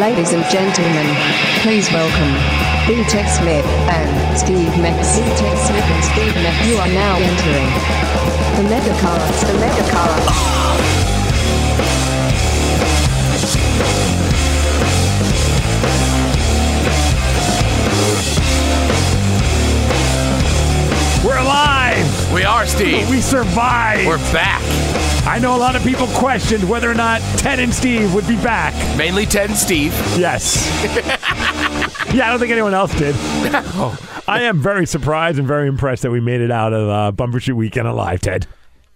Ladies and gentlemen, please welcome B.Tech Smith and Steve Metz. B.Tech Smith and Steve Metz. You are now entering the Megacast. The Megacast. We're alive! We are, Steve. We survived! We're back. I know a lot of people questioned whether or not Ted and Steve would be back. Mainly Ted and Steve. Yes. yeah, I don't think anyone else did. I am very surprised and very impressed that we made it out of uh, Bumbershoot Weekend alive, Ted.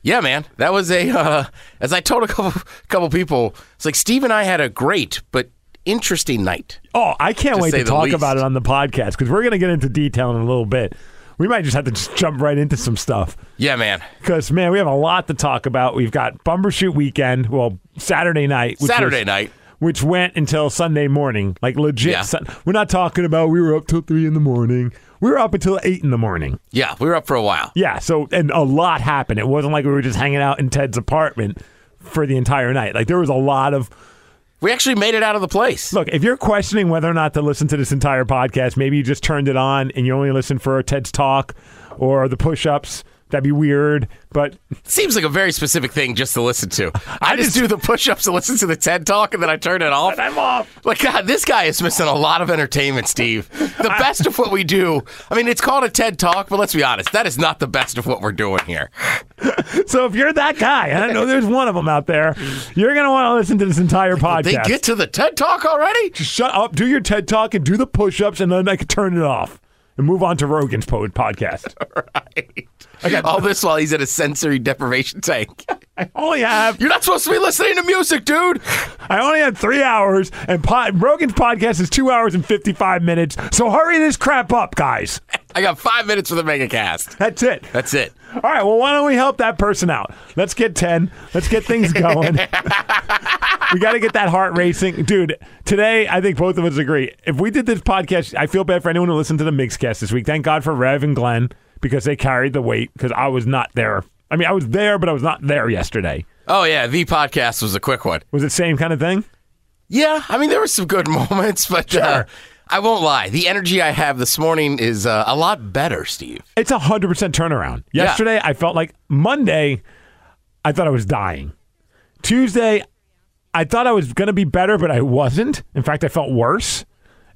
Yeah, man. That was a, uh, as I told a couple, couple people, it's like Steve and I had a great but interesting night. Oh, I can't wait say to the talk least. about it on the podcast because we're going to get into detail in a little bit. We might just have to just jump right into some stuff. Yeah, man. Because man, we have a lot to talk about. We've got Bumbershoot weekend. Well, Saturday night. Which Saturday was- night. which went until Sunday morning. Like legit. Yeah. Sun- we're not talking about we were up till three in the morning. We were up until eight in the morning. Yeah, we were up for a while. Yeah. So and a lot happened. It wasn't like we were just hanging out in Ted's apartment for the entire night. Like there was a lot of We actually made it out of the place. look. If you're questioning whether or not to listen to this entire podcast, maybe you just turned it on and you only listened for Ted's talk or the push-ups. That'd be weird, but Seems like a very specific thing just to listen to. I, I just, just- do the push ups and listen to the TED talk and then I turn it off. I'm off. Like, God, this guy is missing a lot of entertainment, Steve. The best of what we do. I mean, it's called a TED talk, but let's be honest, that is not the best of what we're doing here. So if you're that guy, and I know there's one of them out there, you're gonna want to listen to this entire podcast. They get to the TED talk already? Shut up, do your TED talk, and do the push-ups, and then I could turn it off and move on to Rogan's po- podcast. All this while he's in a sensory deprivation tank. I only have You're not supposed to be listening to music, dude. I only have three hours, and pod, Rogan's podcast is two hours and fifty-five minutes. So hurry this crap up, guys. I got five minutes for the mega cast. That's it. That's it. All right. Well, why don't we help that person out? Let's get ten. Let's get things going. we got to get that heart racing, dude. Today, I think both of us agree. If we did this podcast, I feel bad for anyone who listened to the mixcast this week. Thank God for Rev and Glenn because they carried the weight. Because I was not there. I mean, I was there, but I was not there yesterday. Oh, yeah, the podcast was a quick one. Was it same kind of thing? Yeah, I mean, there were some good moments, but uh, Sure. I won't lie. The energy I have this morning is uh, a lot better, Steve. It's a hundred percent turnaround. Yeah. Yesterday, I felt like Monday, I thought I was dying. Tuesday, I thought I was gonna be better, but I wasn't. In fact, I felt worse,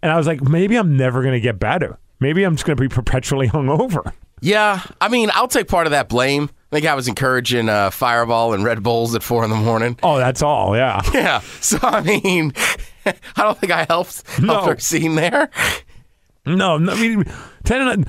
and I was like, maybe I'm never gonna get better. Maybe I'm just gonna be perpetually hungover. Yeah, I mean, I'll take part of that blame. I think I was encouraging uh, Fireball and Red Bulls at four in the morning. Oh, that's all. Yeah. Yeah, so I mean, I don't think I helped, helped No. our scene there. No, no I mean, ten and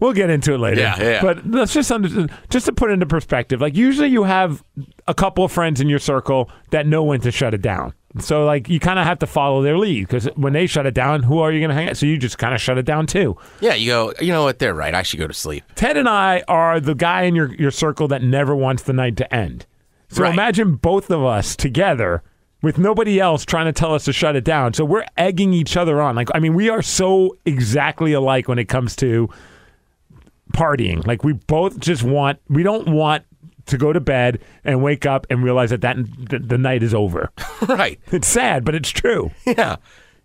we'll get into it later. Yeah, yeah. But let's just under, just to put it into perspective. Like usually, you have a couple of friends in your circle that know when to shut it down. So like you kind of have to follow their lead because when they shut it down, who are you going to hang out? So you just kind of shut it down too. Yeah, you go, you know what? They're right. I should go to sleep. Ted and I are the guy in your your circle that never wants the night to end. So Right. imagine both of us together with nobody else trying to tell us to shut it down. So we're egging each other on. Like I mean, we are so exactly alike when it comes to partying. Like we both just want we don't want to go to bed and wake up and realize that that th- the night is over. right. It's sad, but it's true. Yeah,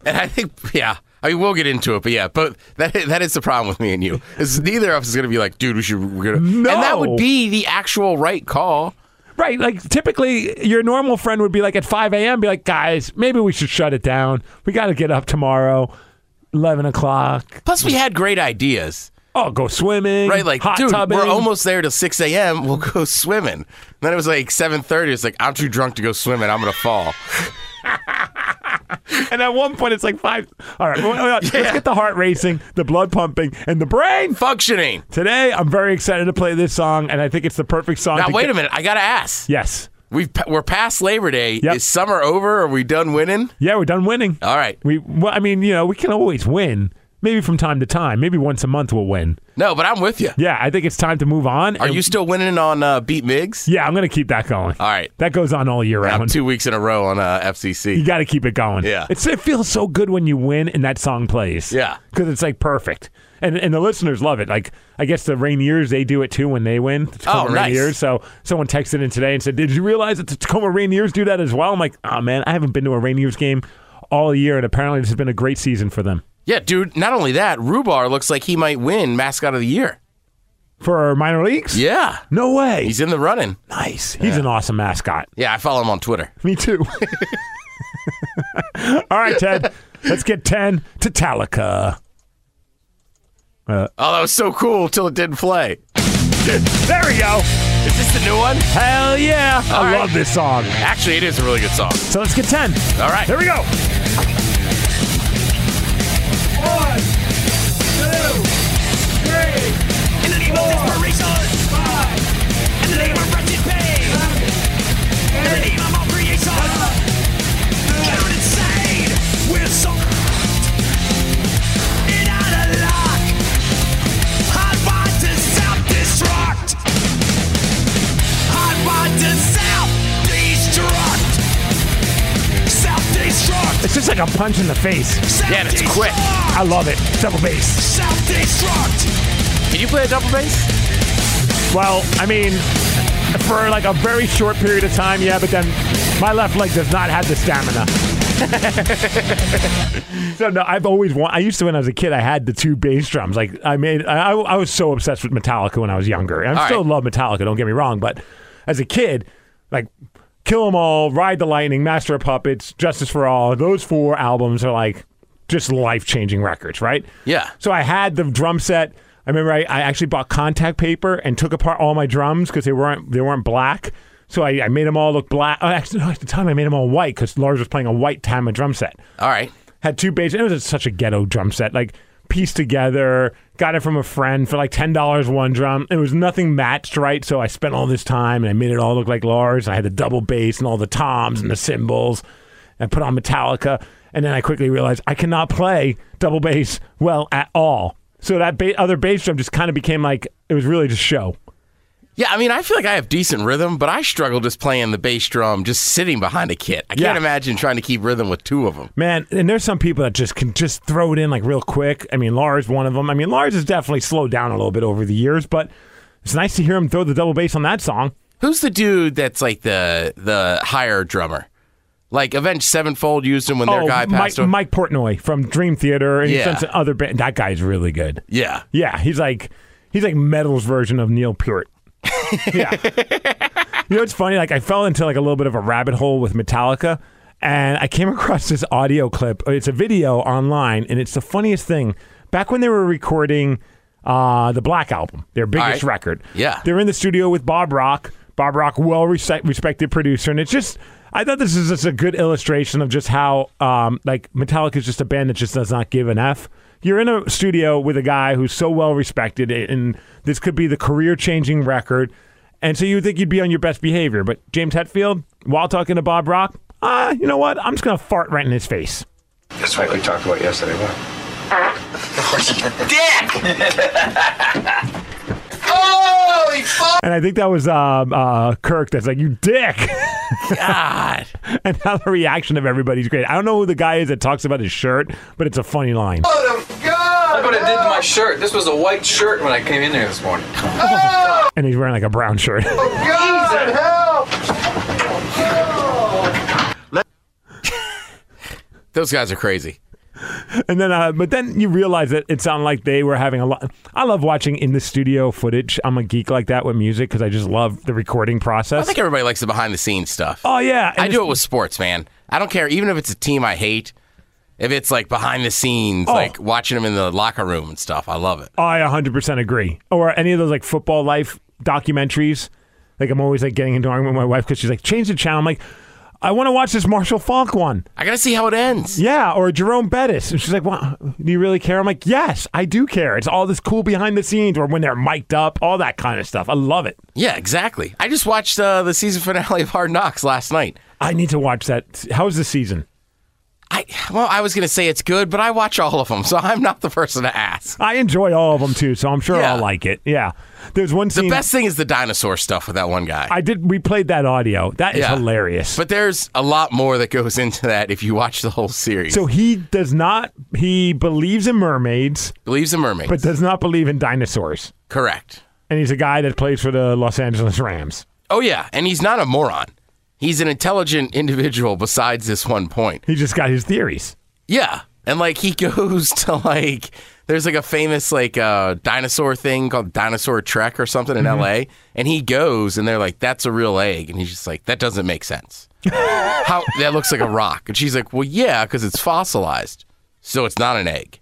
and I think yeah. I mean, we'll get into it, but yeah, but that that is the problem with me and you is neither of us is going to be like, dude, we should. We're gonna, and that No. would be the actual right call. Right. Like typically, your normal friend would be like at 5 a.m., be like, guys, maybe we should shut it down. We got to get up tomorrow, 11 o'clock. Plus, we had great ideas, Oh, go swimming. right? Like, hot dude, tubbing. we're almost there till six a.m. We'll go swimming. And then it was like seven thirty. It's like I'm too drunk to go swimming. I'm going to fall. And at one point, it's like five. All right. well, well, Let's get the heart racing, the blood pumping, and the brain. Functioning. Today, I'm very excited to play this song, and I think it's the perfect song. Now, to wait get- a minute. I got to ask. Yes. We've pa- we're past Labor Day. Yep. Is summer over? Are we done winning? Yeah, we're done winning. All right. We, well, I mean, you know, we can always win. Maybe from time to time. Maybe once a month we'll win. No, but I'm with you. Yeah, I think it's time to move on. Are you still winning on uh, Beat Migs? Yeah, I'm going to keep that going. All right. That goes on all year I'm round. two weeks in a row on uh, FCC. you got to keep it going. Yeah. It's, it feels so good when you win and that song plays. Yeah. Because it's like perfect. And, and the listeners love it. Like, I guess the Rainiers, they do it too when they win. The Tacoma Oh, nice. Rainiers. So someone texted in today and said, Did you realize that the Tacoma Rainiers do that as well? I'm like, Oh, man, I haven't been to a Rainiers game all year, and apparently this has been a great season for them. Yeah, dude. Not only that, Rubar looks like he might win mascot of the year. For minor leagues? Yeah, No way. he's in the running. nice. He's an awesome mascot. Yeah, I follow him on Twitter. Me too. all right, Ted. Let's get 10 to Talica. Oh, that was so cool till it didn't play. There we go. Is this the new one? Hell yeah. I right. love this song. Actually, it is a really good song. So let's get 10. All right. Here we go. In the name of desperation. In the name of wretched pain. In the name of all creation. Going insane. We're so and out of luck. I want to self-destruct. I want to self-destruct. Self-destruct. It's just like a punch in the face. Yeah, and it's quick. I love it. Double bass. Self-destruct. Can you play a double bass? Well, I mean, for like a very short period of time, yeah, but then my left leg does not have the stamina. so no, I've always want. I used to when I was a kid, I had the two bass drums. Like I made, I, I I was so obsessed with Metallica when I was younger. And I All still right. love Metallica. Don't get me wrong, but as a kid, like Kill 'Em All, Ride the Lightning, Master of Puppets, Justice for All, those four albums are like just life changing records, right? Yeah. So I had the drum set. I remember I, I actually bought contact paper and took apart all my drums because they weren't they weren't black. So I, I made them all look black. Oh, actually, no, at the time I made them all white because Lars was playing a white Tama drum set. All right. Had two bass. It was such a ghetto drum set, like pieced together. Got it from a friend for like ten dollars one drum. It was nothing matched right, so I spent all this time and I made it all look like Lars. And I had the double bass and all the toms and the cymbals. And I put on Metallica, and then I quickly realized I cannot play double bass well at all. So that ba- other bass drum just kind of became like it was really just show. Yeah, I mean, I feel like I have decent rhythm, but I struggle just playing the bass drum just sitting behind a kit. I can't Yeah. imagine trying to keep rhythm with two of them. Man, and there's some people that just can just throw it in like real quick. I mean, Lars, one of them. I mean, Lars has definitely slowed down a little bit over the years, but it's nice to hear him throw the double bass on that song. Who's the dude that's like the the higher drummer? Like Avenged Sevenfold used him when their oh, guy Mike, passed away. Mike Portnoy from Dream Theater and he's Yeah. done some other band. That guy's really good. Yeah. Yeah, he's like he's like metal's version of Neil Peart. yeah. you know what's funny? Like I fell into like a little bit of a rabbit hole with Metallica and I came across this audio clip. It's a video online and it's the funniest thing. Back when they were recording uh, the Black Album, their biggest right. record. Yeah. They're in the studio with Bob Rock. Bob Rock, well rese- respected producer, and it's just I thought this is just a good illustration of just how um, like Metallica is just a band that just does not give an f. You're in a studio with a guy who's so well respected, and this could be the career changing record, and so you would think you'd be on your best behavior. But James Hetfield, while talking to Bob Rock, ah, you know what? I'm just gonna fart right in his face. That's what we talked about yesterday, what? And I think that was um, uh, Kirk. That's like you dick. God. and now the reaction of everybody's great. I don't know who the guy is that talks about his shirt, but it's a funny line. Look what it did to my shirt. This was a white shirt when I came in here this morning. And he's wearing like a brown shirt. Those guys are crazy. and then, uh, but then you realize that it sounded like they were having a lot. I love watching in the studio footage. I'm a geek like that with music because I just love the recording I process. think everybody likes the behind the scenes stuff. oh yeah, and I do it's- it with sports, man. I don't care, even if it's a team I hate. If it's like behind the scenes, Oh. like watching them in the locker room and stuff, I love it. I 100% agree. Or any of those like football life documentaries. Like I'm always like getting into argument with my wife because she's like, change the channel. I'm like, I want to watch this Marshall Falk one. I gotta see how it ends. Yeah, or Jerome Bettis. And she's like, well, do you really care? I'm like, yes, I do care. It's all this cool behind the scenes or when they're mic'd up, all that kind of stuff. I love it. Yeah, exactly. I just watched uh, the season finale of Hard Knocks last night. I need to watch that. How's the season? I well, I was gonna say it's good, but I watch all of them, so I'm not the person to ask. I enjoy all of them too, so I'm sure Yeah. I'll like it. Yeah. There's one The scene best thing is the dinosaur stuff with that one guy. I did we played that audio. That is Yeah. hilarious. but there's a lot more that goes into that if you watch the whole series. so he does not he believes in mermaids, Believes in mermaids. but does not believe in dinosaurs. Correct. And he's a guy that plays for the Los Angeles Rams. Oh yeah, and he's not a moron. he's an intelligent individual besides this one point. He just got his theories. Yeah. And like he goes to like there's like a famous like uh, dinosaur thing called Dinosaur Trek or something in LA and he goes and they're like that's a real egg and he's just like that doesn't make sense. How that looks like a rock. And she's like, "Well, yeah, cuz it's fossilized. So it's not an egg."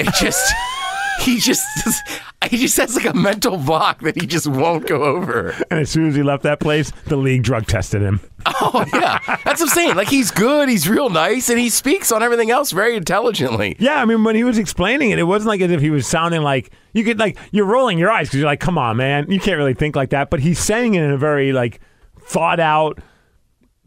It just he just he just has like a mental block that he just won't go over. And as soon as he left that place, the league drug tested him. Oh yeah. That's what I'm saying. Like he's good, he's real nice and he speaks on everything else very intelligently. Yeah, I mean, when he was explaining it, it wasn't like as if he was sounding like you could like you're rolling your eyes because you're like, come on, man, you can't really think like that. But he's saying it in a very like thought out.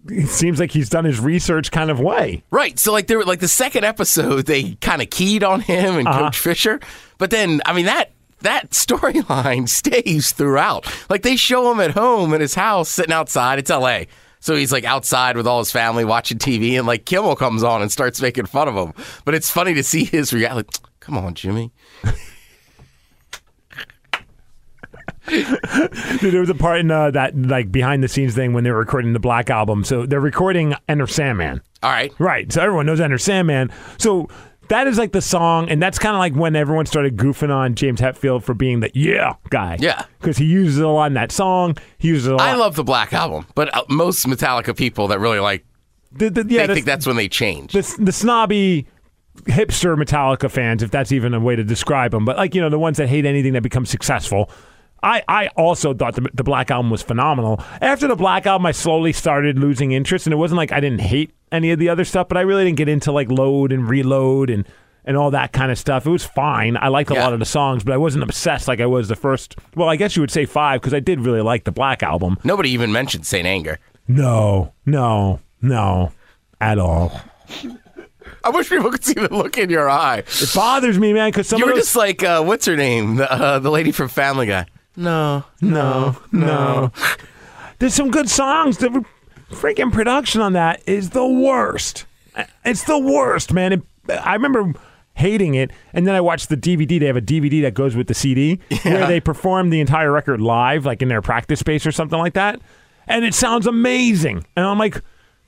It seems like he's done his research kind of way. Right. So like there were like the second episode they kind of keyed on him and Coach Fisher, but then I mean that that storyline stays throughout. Like they show him at home in his house sitting outside. It's L.A. So he's like outside with all his family watching TV, and like Kimmel comes on and starts making fun of him. But it's funny to see his reaction. Like, Come on, Jimmy. Dude, there was a part in uh, that like behind the scenes thing when they were recording the Black album. So they're recording Enter Sandman. All right. Right. So everyone knows Enter Sandman. So that is like the song, and that's kind of like when everyone started goofing on James Hetfield for being the yeah guy. Yeah. Because he uses it a lot in that song. He uses it a lot. I love the Black Album, but uh, most Metallica people that really like, the, the, yeah, they the- think that's when they change. the, the snobby hipster Metallica fans, if that's even a way to describe them, but like, you know, the ones that hate anything that becomes successful. I, I also thought the, the Black Album was phenomenal. After the Black Album, I slowly started losing interest, and it wasn't like I didn't hate any of the other stuff, but I really didn't get into like Load and Reload and, and all that kind of stuff. It was fine. I liked a Yeah. lot of the songs, but I wasn't obsessed like I was the first. Well, I guess you would say five because I did really like the Black Album. Nobody even mentioned Saint Anger. No, no, no, at all. I wish people could see the look in your eye. It bothers me, man, because some You of were those- just like, uh, what's her name? The, uh, the lady from Family Guy. No. No, no. There's some good songs. The freaking production on that is the worst. It's the worst, man. It, I remember hating it, and then I watched the DVD. They have a DVD that goes with the CD where they perform the entire record live, like in their practice space or something like that. And it sounds amazing. And I'm like,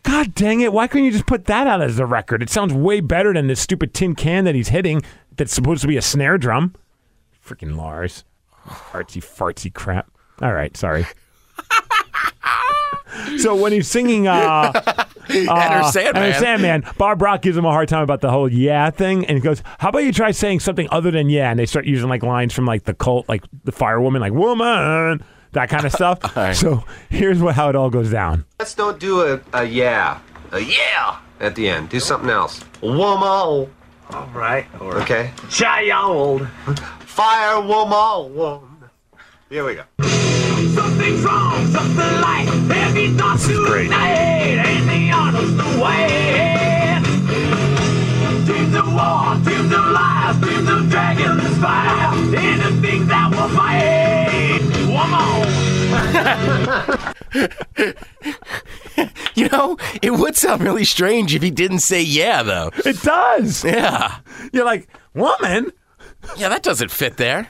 God dang it, why couldn't you just put that out as a record? It sounds way better than this stupid tin can that he's hitting that's supposed to be a snare drum. Freaking Lars artsy fartsy crap. All right, sorry. so when he's singing uh, Enter Sandman. Enter Sandman, Bob Rock gives him a hard time about the whole yeah thing, and he goes, "How about you try saying something other than yeah?" And they start using like lines from like the cult, like the Fire Woman, like woman, that kind of stuff. right. So here's what, how it all goes down. Let's don't do a, a yeah. A yeah at the end. Do something else. Womo. Right. Or Okay. child. Fire womo. wom. Here we go. Something's wrong, something like heavy thoughts great. tonight, and the honor's the way. Dreams of war, dreams of lies, dreams of dragons fire, anything that will fight. One on. You know, it would sound really strange if he didn't say yeah, though. It does. Yeah. You're like woman. Yeah, that doesn't fit there.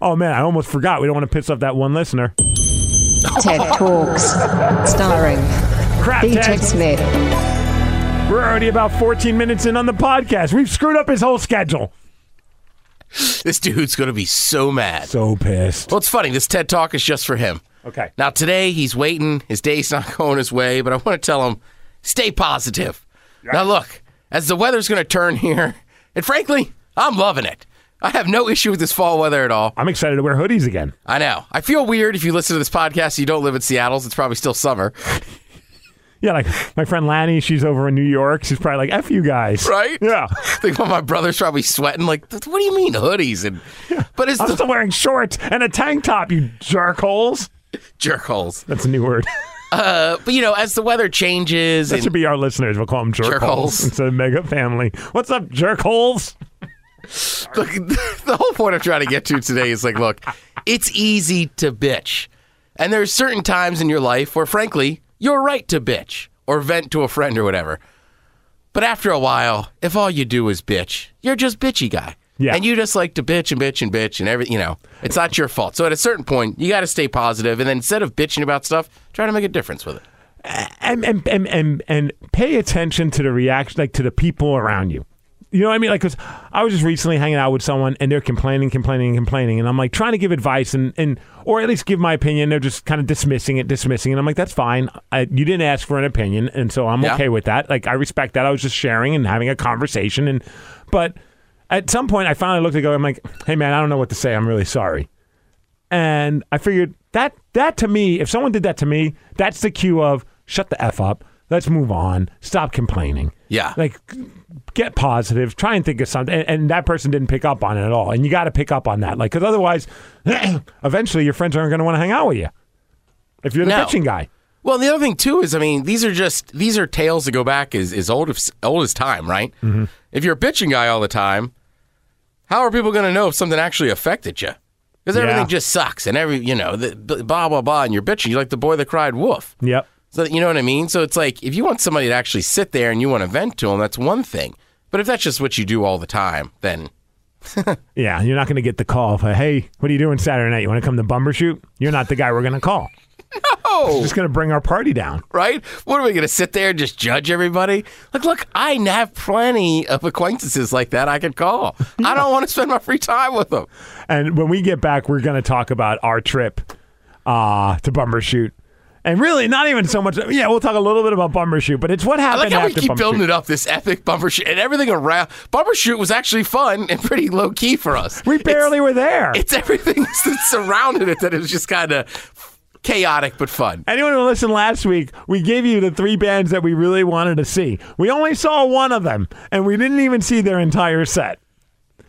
Oh man, I almost forgot. We don't want to piss off that one listener. Ted Talks. Starring Crap, B-Tech Ted. Smith. We're already about 14 minutes in on the podcast. We've screwed up his whole schedule. This dude's going to be so mad. So pissed. Well, it's funny. This TED Talk is just for him. Okay. Now, today he's waiting. His day's not going his way, but I want to tell him stay positive. Now, look, as the weather's going to turn here, and frankly, I'm loving it. I have no issue with this fall weather at all. I'm excited to wear hoodies again. I know. I feel weird if you listen to this podcast and you don't live in Seattle. so It's probably still summer, Yeah, like my friend Lanny, she's over in New York. She's probably like, F you guys. right? Yeah. I think well, my brother's probably sweating. Like, what do you mean hoodies? And but it's I'm the still wearing shorts and a tank top, you jerk holes. jerk holes. That's a new word. But you know, as the weather changes, That and should be our listeners. We'll call them jerk, Jerk holes. holes. It's a mega family. What's up, jerk holes? look, the whole point I'm trying to get to today is like, look, it's easy to bitch, and there's certain times in your life where, frankly, you're right to bitch or vent to a friend or whatever. But after a while, if all you do is bitch, you're just bitchy guy. Yeah. And you just like to bitch and bitch and bitch and everything, you know, it's not your fault. So at a certain point, you got to stay positive And then instead of bitching about stuff, try to make a difference with it. and and and and, and pay attention to the reaction, like to the people around you. You know what I mean? Like, 'cause I was just recently hanging out with someone, and they're complaining, complaining, complaining, and I'm like trying to give advice and and or at least give my opinion. They're just kind of dismissing it, dismissing, it. and I'm like, that's fine. I, you didn't ask for an opinion, and so I'm Yeah. okay with that. Like, I respect that. I was just sharing and having a conversation, and but at some point, I finally looked at go. I'm like, hey man, I don't know what to say. I'm really sorry and I figured that that to me, if someone did that to me, that's the cue of shut the f up. Let's move on. Stop complaining. Yeah. like get positive. Try and think of something. And, and that person didn't pick up on it at all. And you got to pick up on that, like, because otherwise, eventually your friends aren't going to want to hang out with you if you're the No. bitching guy. Well, the other thing too is, I mean, these are just these are tales that go back as, as old as old as time, right? Mm-hmm. If you're a bitching guy all the time, how are people going to know if something actually affected you? Because Yeah. everything just sucks, and every you know, the, the- blah blah blah, and you're bitching. You're like the boy that cried wolf. Yep. So you know what I mean. So it's like if you want somebody to actually sit there and you want to vent to them, that's one thing. But if that's just what you do all the time, then Yeah, you're not going to get the call. Of, hey, what are you doing Saturday night? You want to come to Bumbershoot? You're not the guy we're going to call. oh, It's going to bring our party down. right? What are we going to sit there and just judge everybody? Like, look, I have plenty of acquaintances like that I could call. I don't want to spend my free time with them. And when we get back, we're going to talk about our trip uh, to Bumbershoot. And really, not even so much. Yeah, we'll talk a little bit about Bumbershoot, but it's what I happened like how we after keep Bumbershoot. building it up, this epic bumper shoot, and everything around. Bumper shoot was actually fun and pretty low key for us. We It's- barely were there. It's, everything that surrounded it that is just kind of chaotic but fun. Anyone who listened last week, we gave you the three bands that we really wanted to see. We only saw one of them, and we didn't even see their entire set.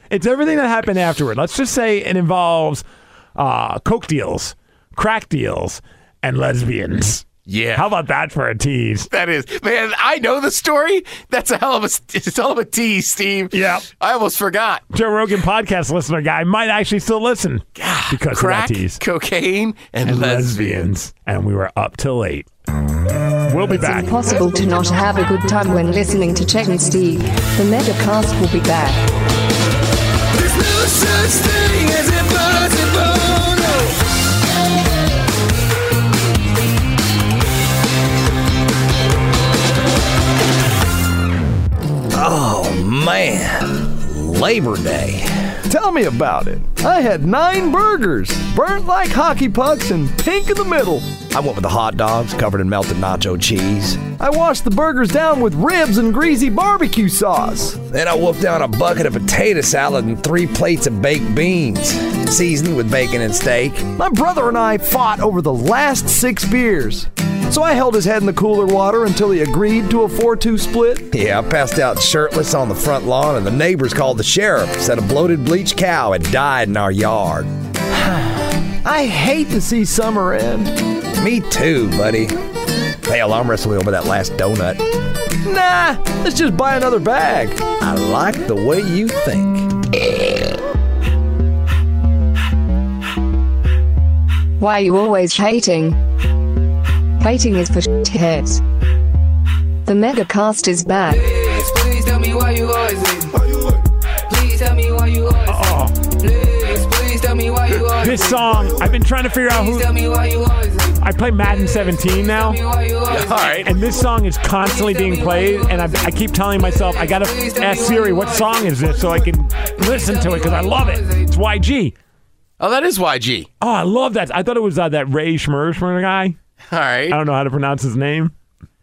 It's everything that happened afterward. Let's just say it involves uh, coke deals, crack deals, and lesbians. Yeah. How about that for a tease? That is, man. I know the story. That's a hell of a, it's a hell of a tease, Steve. Yep. I almost forgot. Joe Rogan podcast listener guy might actually still listen because Crack, of that tease. cocaine, and, lesbian. Lesbians. And we were up till late. We'll be back. Impossible to not have a good time when listening to Chet and Steve. The Megacast will be back. There's no such thing as impossible. No. Man, Labor Day. Tell me about it. I had nine burgers, burnt like hockey pucks and pink in the middle. I went with the hot dogs covered in melted nacho cheese. I washed the burgers down with ribs and greasy barbecue sauce. Then I wolfed down a bucket of potato salad and three plates of baked beans, seasoned with bacon and steak. My brother and I fought over the last six beers. So I held his head in the cooler water until he agreed to a 4 2 split. Yeah, I passed out shirtless on the front lawn, and the neighbors called the sheriff, said a bloated bleached cow had died in our yard. I hate to see summer end. Me too, buddy. Hell, I'm wrestling over that last donut. Nah, let's just buy another bag. I like the way you think. Why you always hating? Hating is for shitheads. The Megacast is back. Please, please tell me why you always hate. Please tell me why you always hate. Please, please tell me why you always This hate. song, I've been trying to figure out Please who. tell me why you always hate. I play Madden 17 Tell me now, why you always All right. and this song is constantly being played, and I, I keep telling myself, I gotta ask Siri, what song is this so I can listen to it because I love it. It's YG. Oh, that is YG. Oh, I love that. I thought it was uh, that Ray Schmershmer guy. All right. I don't know how to pronounce his name,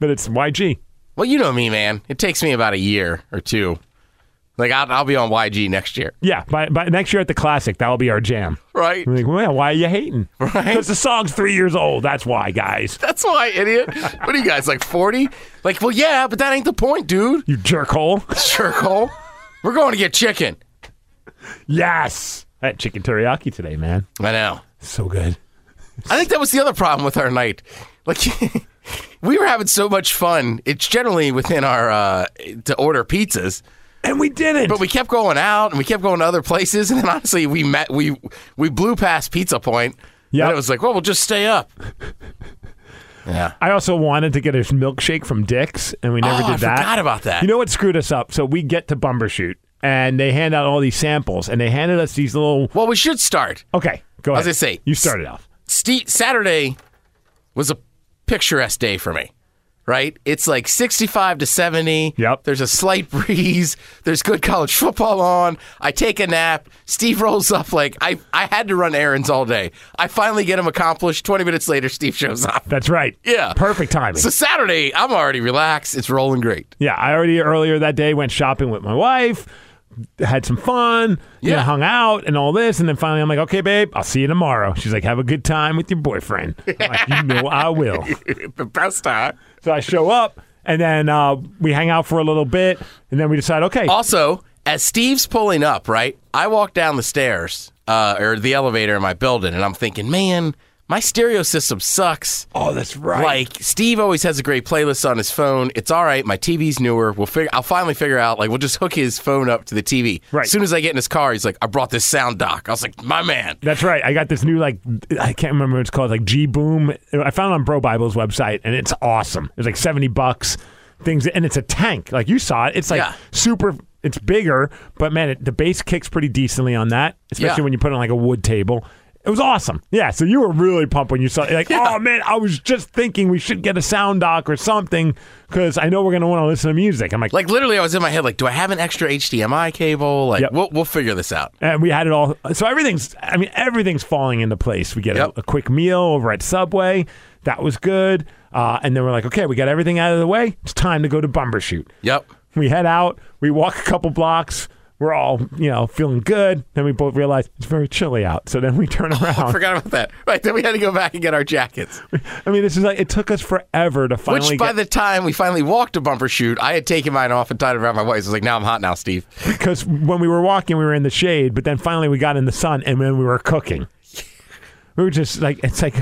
but it's YG. Well, you know me, man. It takes me about a year or two. Like I'll, I'll be on YG next year, Yeah, by, by next year at the Classic, that'll be our jam. right? I'm like, well, why are you hating? Right. Because the song's three years old. That's why, guys. That's why, idiot. What are you guys like forty? Like, well, yeah, but that ain't the point, dude. You jerkhole. Jerkhole. We're going to get chicken. yes. That chicken teriyaki today, man. I know. So good. I think that was the other problem with our night. Like, we were having so much fun. It's generally within our uh, to order pizzas, And we did it. but we kept going out and we kept going to other places. And then honestly, we met we we blew past Pizza Point. Yep. and it was like, well, we'll just stay up. Yeah. I also wanted to get a milkshake from Dick's, and we never did Oh, I that. forgot about that. You know what screwed us up? So we get to Bumbershoot, and they hand out all these samples, and they handed us these little. Well, we should start. Okay, go ahead. As I say, you started off. Ste- Saturday was a picturesque day for me, right? It's like 65 to 70. Yep. There's a slight breeze. There's good college football on. I take a nap. Steve rolls up like I, I had to run errands all day. I finally get them accomplished. 20 minutes later, Steve shows up. That's right. Yeah. Perfect timing. So Saturday, I'm already relaxed. It's rolling great. Yeah, I already earlier that day went shopping with my wife, had some fun, you know, Yeah. hung out and all this, and then finally I'm like, okay, babe, I'll see you tomorrow. She's like, have a good time with your boyfriend. I'm like, you know I will. the best time. So I show up, and then uh, we hang out for a little bit, and then we decide, okay, Also, as Steve's pulling up, right, I walk down the stairs uh, or the elevator in my building, and I'm thinking, man, my stereo system sucks. oh, that's right. Like Steve always has a great playlist on his phone. It's all right. My TV's newer. We'll figure. I'll finally figure out. Like we'll just hook his phone up to the TV. Right. As soon as I get in his car, he's like, "I brought this sound dock." I was like, "My man." That's right. I got this new like I can't remember what it's called like G Boom. I found it on Bro Bible's website and it's awesome. It's like seventy bucks. Things and it's a tank. Like you saw it. It's like Yeah. super. It's bigger, but man, it, the bass kicks pretty decently on that, especially Yeah. when you put it on like a wood table. It was awesome. Yeah. So you were really pumped when you saw it. Like, oh man, I was just thinking we should get a sound dock or something because I know we're gonna want to listen to music. I'm like, Like literally, I was in my head like, "Do I have an extra HDMI cable?" Like Yep. we'll we'll figure this out. and we had it all. So everything's, I mean, everything's falling into place. We get Yep. a, a quick meal over at Subway. That was good. Uh, and then we're like, okay, we got everything out of the way. It's time to go to Bumbershoot. Yep. We head out. We walk a couple blocks. We're all, you know, feeling good. Then we both realize it's very chilly out. So then we turn Oh, I around. forgot about that. Right. Then we had to go back and get our jackets. I mean, this is like, it took us forever to finally Which by get, the time we finally walked to bumper shoot, I had taken mine off and tied it around my waist. I was like, now I'm hot now, Steve. because when we were walking, we were in the shade, but then finally we got in the sun, and then we were cooking. We were just like, it's like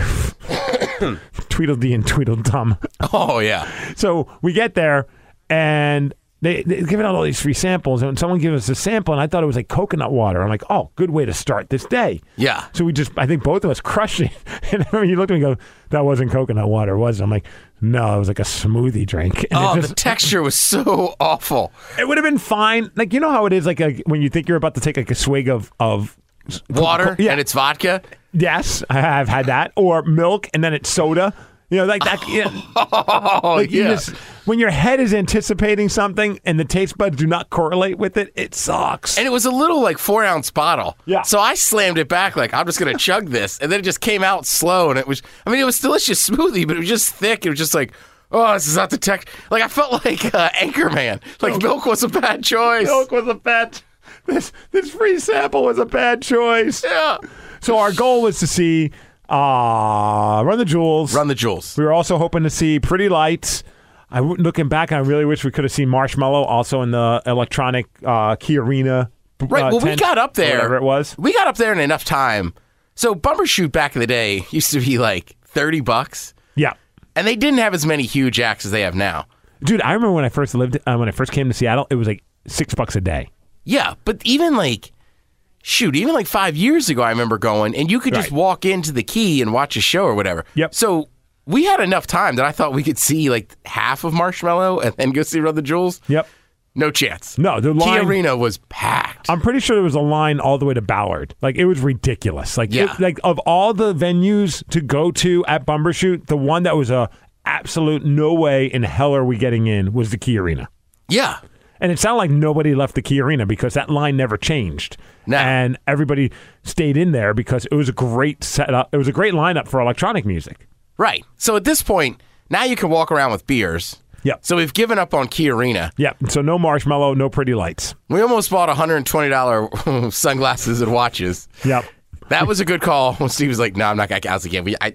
Tweedledee and Tweedledum. Oh yeah. So we get there, and they, they give out all these free samples, and someone gave us a sample, and I thought it was like coconut water. I'm like, oh, good way to start this day. Yeah. So we just, I think both of us crushed it. And I remember you looked at me and go, that wasn't coconut water, was it? I'm like, no, it was like a smoothie drink. And Oh, it, the just- texture was so awful. it would have been fine. Like, you know how it is, like, a, when you think you're about to take like a swig of, of Water Yeah. and it's vodka. yes, I have had that, or milk, and then it's soda. You know, like that. yeah. Oh Like you yeah. just, when your head is anticipating something and the taste buds do not correlate with it, it sucks. and it was a little like four ounce bottle. Yeah. So I slammed it back like I'm just gonna chug this, and then it just came out slow, and it was. I mean, it was delicious smoothie, but it was just thick. It was just like. Oh, this is not the tech. Like I felt like uh, Anchorman. Like milk was a bad choice. Milk was a bad. This this free sample was a bad choice. Yeah. So our goal was to see uh Run the Jewels. Run the jewels. we were also hoping to see Pretty Lights. I w- looking back, I really wish we could have seen Marshmallow also in the electronic uh, Key Arena. b- Right. uh, well, we tent, got up or there. Whatever it was. We got up there in enough time. So bumper shoot back in the day used to be like thirty bucks, Yeah. and they didn't have as many huge acts as they have now. Dude, I remember when I first lived uh, when I first came to Seattle, it was like six bucks a day. Yeah, but even like, shoot, even like five years ago, I remember going, and you could just Right. walk into the key and watch a show or whatever. Yep. So we had enough time that I thought we could see like half of Marshmallow and then go see Run the Jewels. Yep. No chance. No, the Key line- Arena was packed. I'm pretty sure there was a line all the way to Ballard. Like it was ridiculous. Like Yeah. it, like of all the venues to go to at Bumbershoot, the one that was a absolute no way in hell are we getting in was the Key Arena. yeah. And it sounded like nobody left the Key Arena because that line never changed. No. And everybody stayed in there because it was a great setup. It was a great lineup for electronic music. Right. So at this point, now you can walk around with beers. Yep. So we've given up on Key Arena. Yeah. So no marshmallow, no pretty lights. We almost bought $120 sunglasses and watches. Yep. That was a good call when Steve was like, "No, I'm not. I I was like, yeah, we, I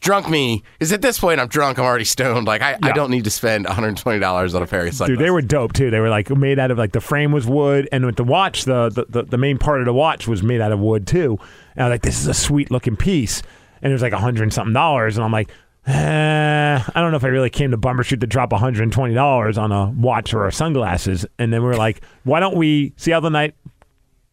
drunk me is at this point. I'm drunk. I'm already stoned. Like I, Yeah. I don't need to spend 120 dollars on a pair of Dude, sunglasses. they were dope too. They were like made out of like the frame was wood, and with the watch, the the, the, the main part of the watch was made out of wood too. And I was like, this is a sweet looking piece, and it was like a hundred and something dollars, and I'm like. eh, I don't know if I really came to Bumbershoot to drop $120 on a watch or a sunglasses. And then we are like, why don't we see how the night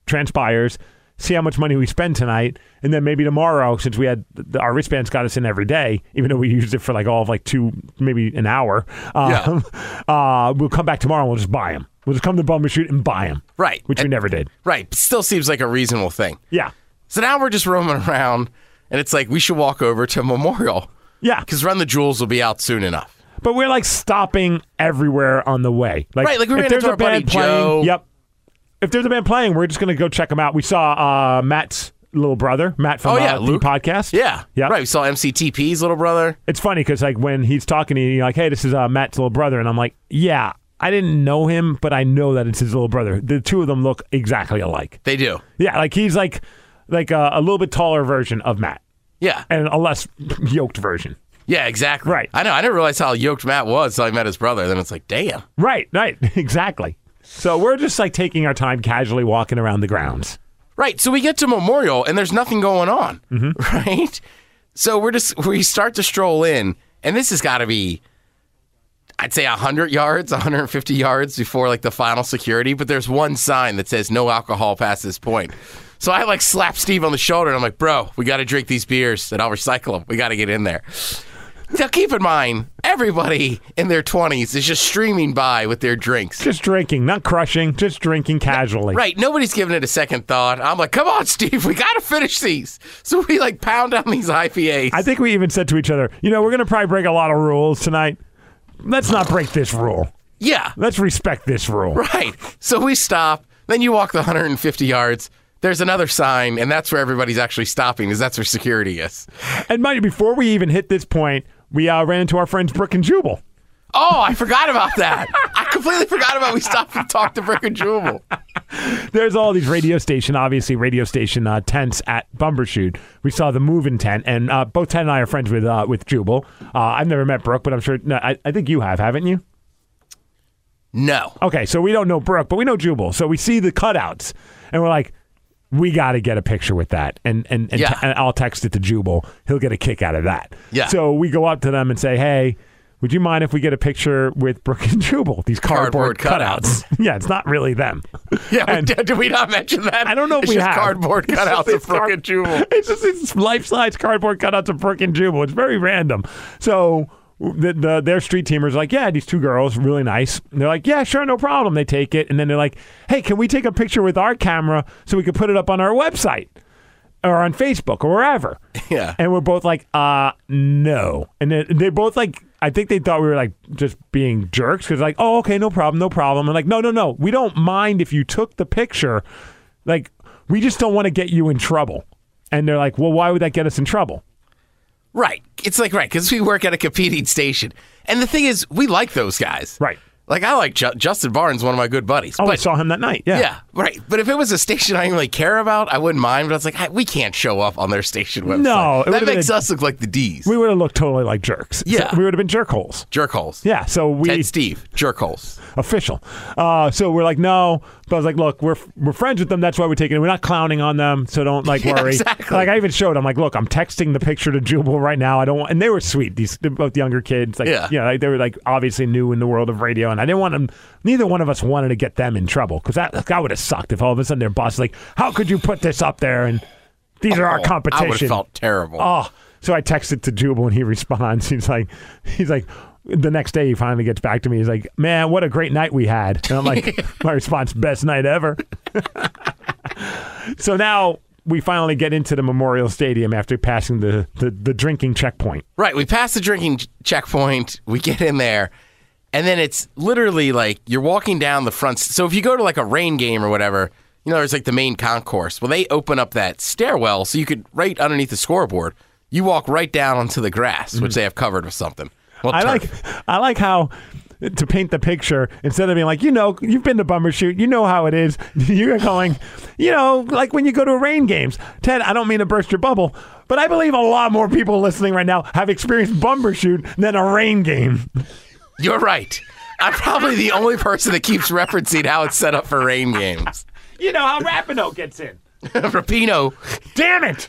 transpires, see how much money we spend tonight, and then maybe tomorrow, since we had the, our wristbands got us in every day, even though we used it for like all of like two, maybe an hour, um, uh, we'll come back tomorrow and we'll just buy them. We'll just come to Bummer Shoot and buy them. Right. Which we And- never did. Right. Still seems like a reasonable thing. Yeah. So now we're just roaming around, and it's like we should walk over to Memorial Yeah. because Run the Jewels will be out soon enough. But we're like stopping everywhere on the way. Like, Right, like we if ran there's into a our buddy band playing, Joe. Yep. If there's a band playing, we're just gonna go check them out. We saw uh, Matt's little brother, Matt from Oh, yeah, uh, the Luke. podcast. Yeah. Yep. Right. We saw MCTP's little brother. It's funny because like when he's talking to you, you're like, "Hey, this is uh, Matt's little brother," and I'm like, "Yeah, I didn't know him, but I know that it's his little brother. The two of them look exactly alike. They do. Yeah, like he's like like uh, a, a little bit taller version of Matt Yeah. and a less yoked version. Yeah, exactly. Right. I know. I didn't realize how yoked Matt was until I met his brother. Then it's like, damn. Right, right, exactly. So we're just like taking our time, casually walking around the grounds. Right. So we get to Memorial and there's nothing going on. Right. So we're just, we start to stroll in, and this has got to be, I'd say 100 yards, 150 yards before like the final security. But there's one sign that says no alcohol past this point. So I like slap Steve on the shoulder and I'm like, bro, we got to drink these beers and I'll recycle them. We got to get in there. Now keep in mind, everybody in their 20s is just streaming by with their drinks. Just drinking, not crushing, just drinking casually. Right. Nobody's giving it a second thought. I'm like, come on, Steve, we got to finish these. So we like pound down these IPAs. I think we even said to each other, you know, we're going to probably break a lot of rules tonight. Let's not break this rule. yeah. Let's respect this rule. Right. So we stop. Then you walk the 150 yards. There's another sign, and that's where everybody's actually stopping, is that's where security is. And mind you, before we even hit this point, we uh, ran into our friends Brooke and Jubal. Oh, I forgot about that. I completely forgot about we stopped and talked to Brick and Jewel. There's all these radio station, obviously radio station uh, tents at Bumbershoot. We saw the moving tent, and uh, both Ted and I are friends with uh, with Jubal. Uh, I've never met Brooke, but I'm sure. No, I, I think you have, haven't you? No. Okay, so we don't know Brooke, but we know Jubal. So we see the cutouts, and we're like, we got to get a picture with that. And and, and, Yeah. and I'll text it to Jubal. He'll get a kick out of that. Yeah. So we go up to them and say, hey, would you mind if we get a picture with Brooke and Jubal? These cardboard, Cardboard cutouts. yeah, it's not really them. Yeah, And- did, did we not mention that? I don't know if it's we just have cardboard It's cutouts just of Brick and Jewel. It's just these life-size cardboard cutouts of Brooke and Jubal. It's very random. So the, the their street teamers like, yeah, these two girls, really nice. And they're like, yeah, sure, no problem. They take it, and then they're like, hey, can we take a picture with our camera so we can put it up on our website or on Facebook or wherever? Yeah. And we're both like, uh, no. And then they both like, I think they thought we were like just being jerks because like, oh, okay, no problem, no problem. And like, no, no, no, we don't mind if you took the picture. Like, we just don't want to get you in trouble. And they're like, well, why would that get us in trouble? Right. It's like, right, because we work at a competing station. And the thing is, we like those guys. Right. Like, I like Ju- Justin Barnes, one of my good buddies. Oh, I but, saw him that night. Yeah. Yeah, right. But if it was a station I didn't really care about, I wouldn't mind. But I was like, I, we can't show up on their station website. No, it that would've been makes a- us look like the D's. We would have looked totally like jerks. Yeah. So we would have been jerk holes. jerk holes. Yeah. So we. Ted Steve, jerk holes. official. Uh, so we're like, no. But I was like, look, we're we're friends with them. That's why we're taking it. We're not clowning on them, so don't like Yeah, worry. exactly. Like I even showed. I'm like, look, I'm texting the picture to Jubal right now. I don't want. And they were sweet. These they're both younger kids. Like, Yeah. You know, like, they were like obviously new in the world of radio, and I didn't want them. Neither one of us wanted to get them in trouble because that that would have sucked if all of a sudden their boss is like, how could you put this up there and these are our Oh, I would have competition. felt terrible. Oh, so I texted to Jubal and he responds. He's like, he's like, the next day he finally gets back to me. He's like, man, what a great night we had. And I'm like, my response, best night ever. so now we finally get into the Memorial Stadium after passing the, the, the drinking checkpoint. Right. We pass the drinking ch- checkpoint. We get in there. And then it's literally like you're walking down the front. s- So if you go to like a rain game or whatever, you know, there's like the main concourse. Well, they open up that stairwell so you could right underneath the scoreboard. You walk right down onto the grass, which they have covered with something. Well, Mm-hmm. I turf. like I like how to paint the picture instead of being like, you know, you've been to bummer shoot, you know how it is. You're going, you know, like when you go to rain games. Ted, I don't mean to burst your bubble, but I believe a lot more people listening right now have experienced bumper shoot than a rain game. You're right. I'm probably the only person that keeps referencing how it's set up for rain games. You know how Rapido gets in. Rapino, Damn it!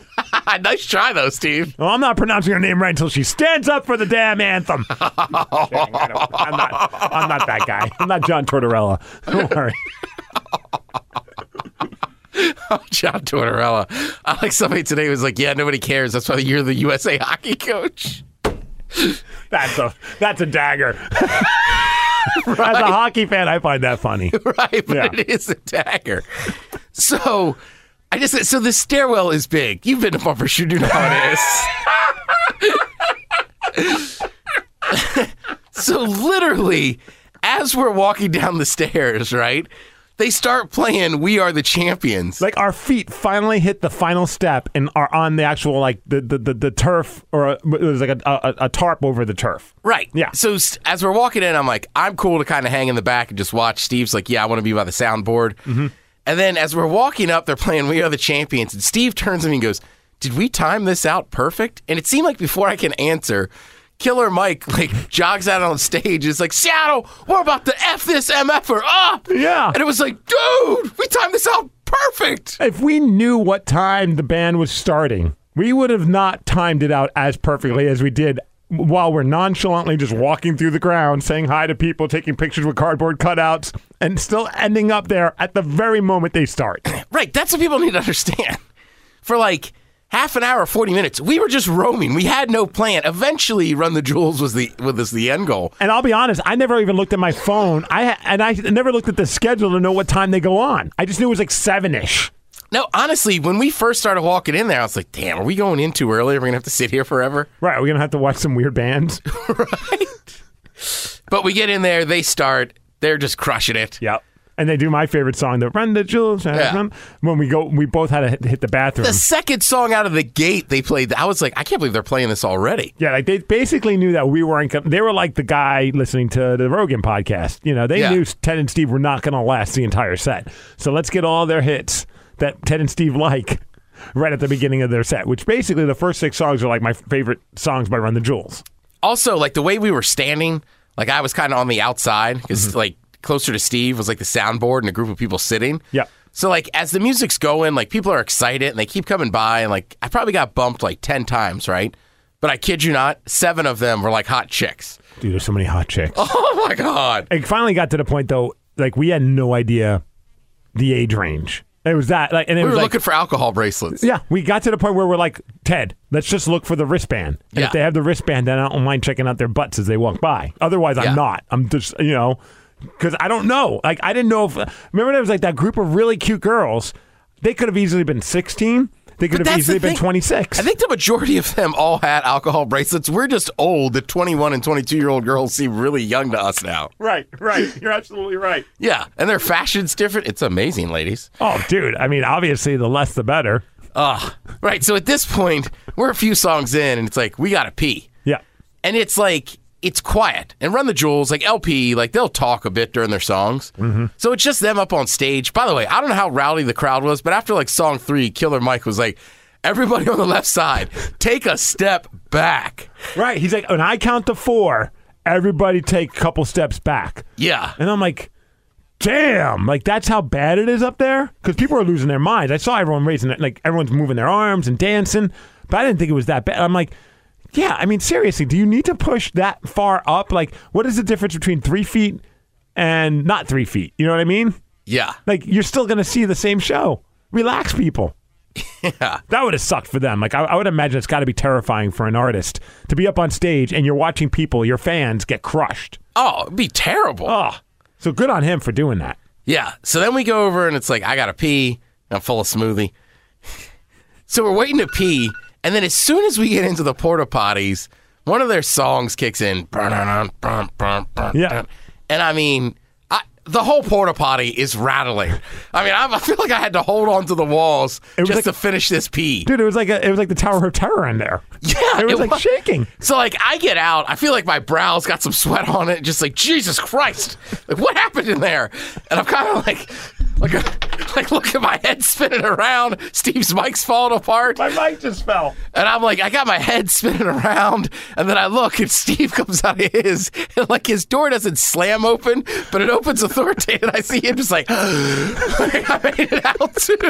nice try though, Steve. Well, I'm not pronouncing her name right until she stands up for the damn anthem. Kidding, I don't- I'm not. I'm not that guy. I'm not John Tortorella. Don't worry. John Tortorella. I like somebody today was like, "Yeah, nobody cares. That's why you're the USA hockey coach." That's a that's a dagger. As a hockey fan, I find that funny. right? But Yeah. it is a dagger. So I just so the stairwell is big. You've been to bumper shoot, you know how it is. so literally, as we're walking down the stairs, right? They start playing "We Are the Champions." Like our feet finally hit the final step and are on the actual like the the, the, the turf or a, there's like a, a a tarp over the turf. Right. Yeah. So s- as we're walking in, I'm like, I'm cool to kind of hang in the back and just watch. Steve's like, yeah, I want to be by the soundboard. Mm-hmm. And then as we're walking up, they're playing We Are the Champions. And Steve turns to me and goes, Did we time this out perfect? And it seemed like before I can answer, Killer Mike like jogs out on stage. It's like, Seattle, we're about to F this MFer up. Yeah. And it was like, dude, we timed this out perfect. If we knew what time the band was starting, we would have not timed it out as perfectly as we did while we're nonchalantly just walking through the ground, saying hi to people, taking pictures with cardboard cutouts, and still ending up there at the very moment they start. Right. That's what people need to understand. For like half an hour, forty minutes, we were just roaming. We had no plan. Eventually, Run the Jewels was the was the end goal. And I'll be honest, I never even looked at my phone. I and I never looked at the schedule to know what time they go on. I just knew it was like seven ish. No, honestly, when we first started walking in there, I was like, "Damn, are we going in too early? Are we gonna have to sit here forever?" Right, we're gonna have to watch some weird bands. But we get in there, they start, they're just crushing it. yep. And they do my favorite song, the Run the Jewels. Yeah. When we go, we both had to hit- hit the bathroom. The second song out of the gate, they played. I was like, "I can't believe they're playing this already." Yeah, like they basically knew that we weren't. Com- they were like the guy listening to the Rogan podcast. You know, they Yeah. knew Ted and Steve were not going to last the entire set. So let's get all their hits that Ted and Steve like right at the beginning of their set. Which basically the first six songs are like my favorite songs by Run the Jewels. also like the way we were standing like i was kind of on the outside because Mm-hmm. like closer to steve was like the soundboard and a group of people sitting Yeah. so like as the music's going like people are excited and they keep coming by and like i probably got bumped like 10 times right but i kid you not seven of them were like hot chicks Dude, there's so many hot chicks. oh my god It finally got to the point though, like we had no idea the age range. It was that like, and it we was were like, looking for alcohol bracelets Yeah, we got to the point where we're like, Ted, let's just look for the wristband. And Yeah. if they have the wristband, then I don't mind checking out their butts as they walk by. Otherwise, Yeah. I'm not. I'm just, you know, because I don't know. Like, I didn't know if. Remember, there was like that group of really cute girls. They could have easily been 16. They could But have that's the easily been thing. 26. I think the majority of them all had alcohol bracelets. We're just old. The 21 and 22 year old girls seem really young to us now. right, right. You're absolutely right. Yeah. And their fashion's different. It's amazing, ladies. Oh, dude. I mean, obviously, the less the better. Ah, right. So at this point, we're a few songs in, and it's like we gotta pee, Yeah. and it's like it's quiet. And Run the Jewels, like LP, like they'll talk a bit during their songs. Mm-hmm. So it's just them up on stage. By the way, I don't know how rowdy the crowd was, but after like song three, Killer Mike was like, "Everybody on the left side, take a step back." Right. He's like, when I count to four, everybody take a couple steps back. Yeah. And I'm like, damn, like that's how bad it is up there? Because people are losing their minds. I saw everyone raising, their, like, everyone's moving their arms and dancing, but I didn't think it was that bad. I'm like, yeah, I mean, seriously, do you need to push that far up? Like, what is the difference between three feet and not three feet? You know what I mean? Yeah. Like, you're still going to see the same show. Relax, people. Yeah. That would have sucked for them. Like, I, I would imagine it's got to be terrifying for an artist to be up on stage and you're watching people, your fans, get crushed. Oh, it'd be terrible. Oh, so good on him for doing that. Yeah. So then we go over and it's like, I got to pee. I'm full of smoothie. so we're waiting to pee. And then as soon as we get into the porta potties, one of their songs kicks in. Yeah. Yeah. And I mean, I, the whole porta potty is rattling. I mean, I, I feel like I had to hold on to the walls was just like- to finish this pee. Dude, it was like a, it was like the Tower of Terror in there. Yeah, it was it like was. shaking. So like I get out, I feel like my brow's got some sweat on it, just like Jesus Christ, like what happened in there? And I'm kind of like, like, like look at my head spinning around. Steve's mic's falling apart, and mic just fell. I'm like, I got my head spinning around, and then I look, and Steve comes out of his, and like his door doesn't slam open, but it opens authoritative, and I see him just like, I made it out too.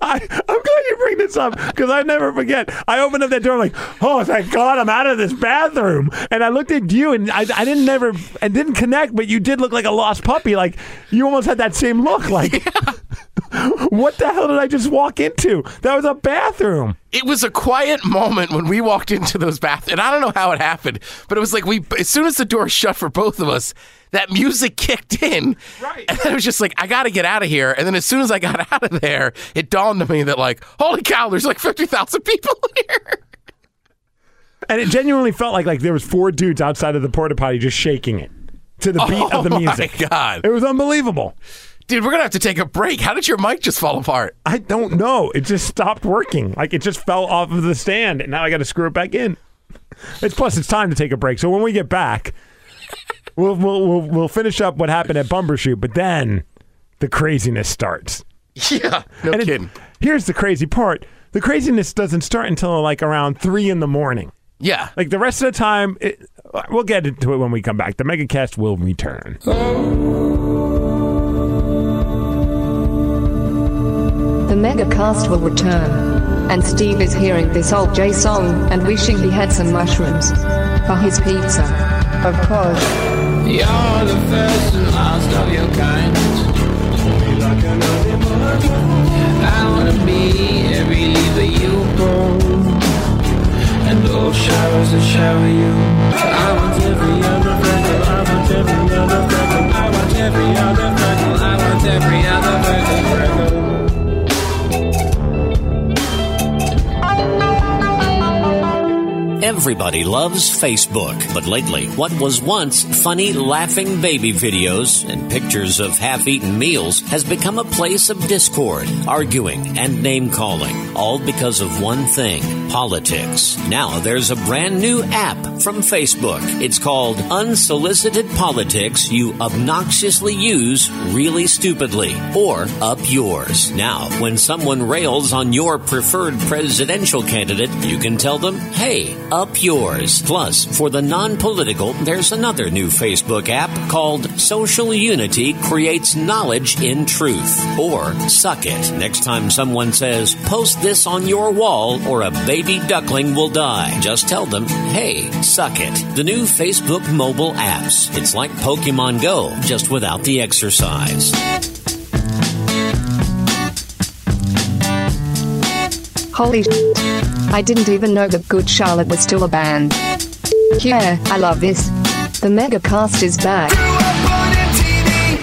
I, I'm glad you bring this up because I never forget. I opened up that door, I'm like, oh, thank God, I'm out of this bathroom. And I looked at you, and I, I didn't never, I didn't connect, but you did look like a lost puppy. Like you almost had that same look. Like What the hell did I just walk into? That was a bathroom. It was a quiet moment when we walked into those bath, and I don't know how it happened, but it was like we, as soon as the door shut for both of us, that music kicked in, right? And then it was just like, I got to get out of here. And then as soon as I got out of there, it dawned on me that like, holy cow, there's like fifty thousand people here. And it genuinely felt like like there was four dudes outside of the porta potty just shaking it to the beat of the Oh music. my god, It was unbelievable. dude, we're gonna have to take a break. How did your mic just fall apart? I don't know. It just stopped working. Like it just fell off of the stand, and now I got to screw it back in. It's plus it's time to take a break. So when we get back, we'll we'll we'll, we'll finish up what happened at Bumbershoot, but then the craziness starts. Yeah, no And it- kidding. here's the crazy part: the craziness doesn't start until like around three in the morning. yeah, Like the rest of the time, it, we'll get into it when we come back. The MegaCast will return. The megacast will return. And Steve is hearing this old J song and wishing he had some mushrooms for his pizza. Of course. You're the first and last of your kind. I wanna be every leaf that you grow, and those showers that shower you. I want every other freckle. I want every other freckle. I want every other freckle. I want every other freckle. freckle. Everybody loves Facebook, but lately, what was once funny laughing baby videos and pictures of half eaten meals has become a place of discord, arguing, and name calling, all because of one thing politics. Now there's a brand new app from Facebook. It's called Unsolicited Politics You Obnoxiously Use Really Stupidly, or Up Yours. Now, when someone rails on your preferred presidential candidate, you can tell them, hey, up yours. Plus, for the non political, there's another new Facebook app called Social Unity Creates Knowledge in Truth, or Suck It. Next time someone says, post this on your wall or a baby duckling will die, just tell them, hey, Suck It. The new Facebook mobile apps. It's like Pokemon Go, just without the exercise. Holy shit. I didn't even know that Good Charlotte was still a band. Yeah, I love this. The megacast is back. E.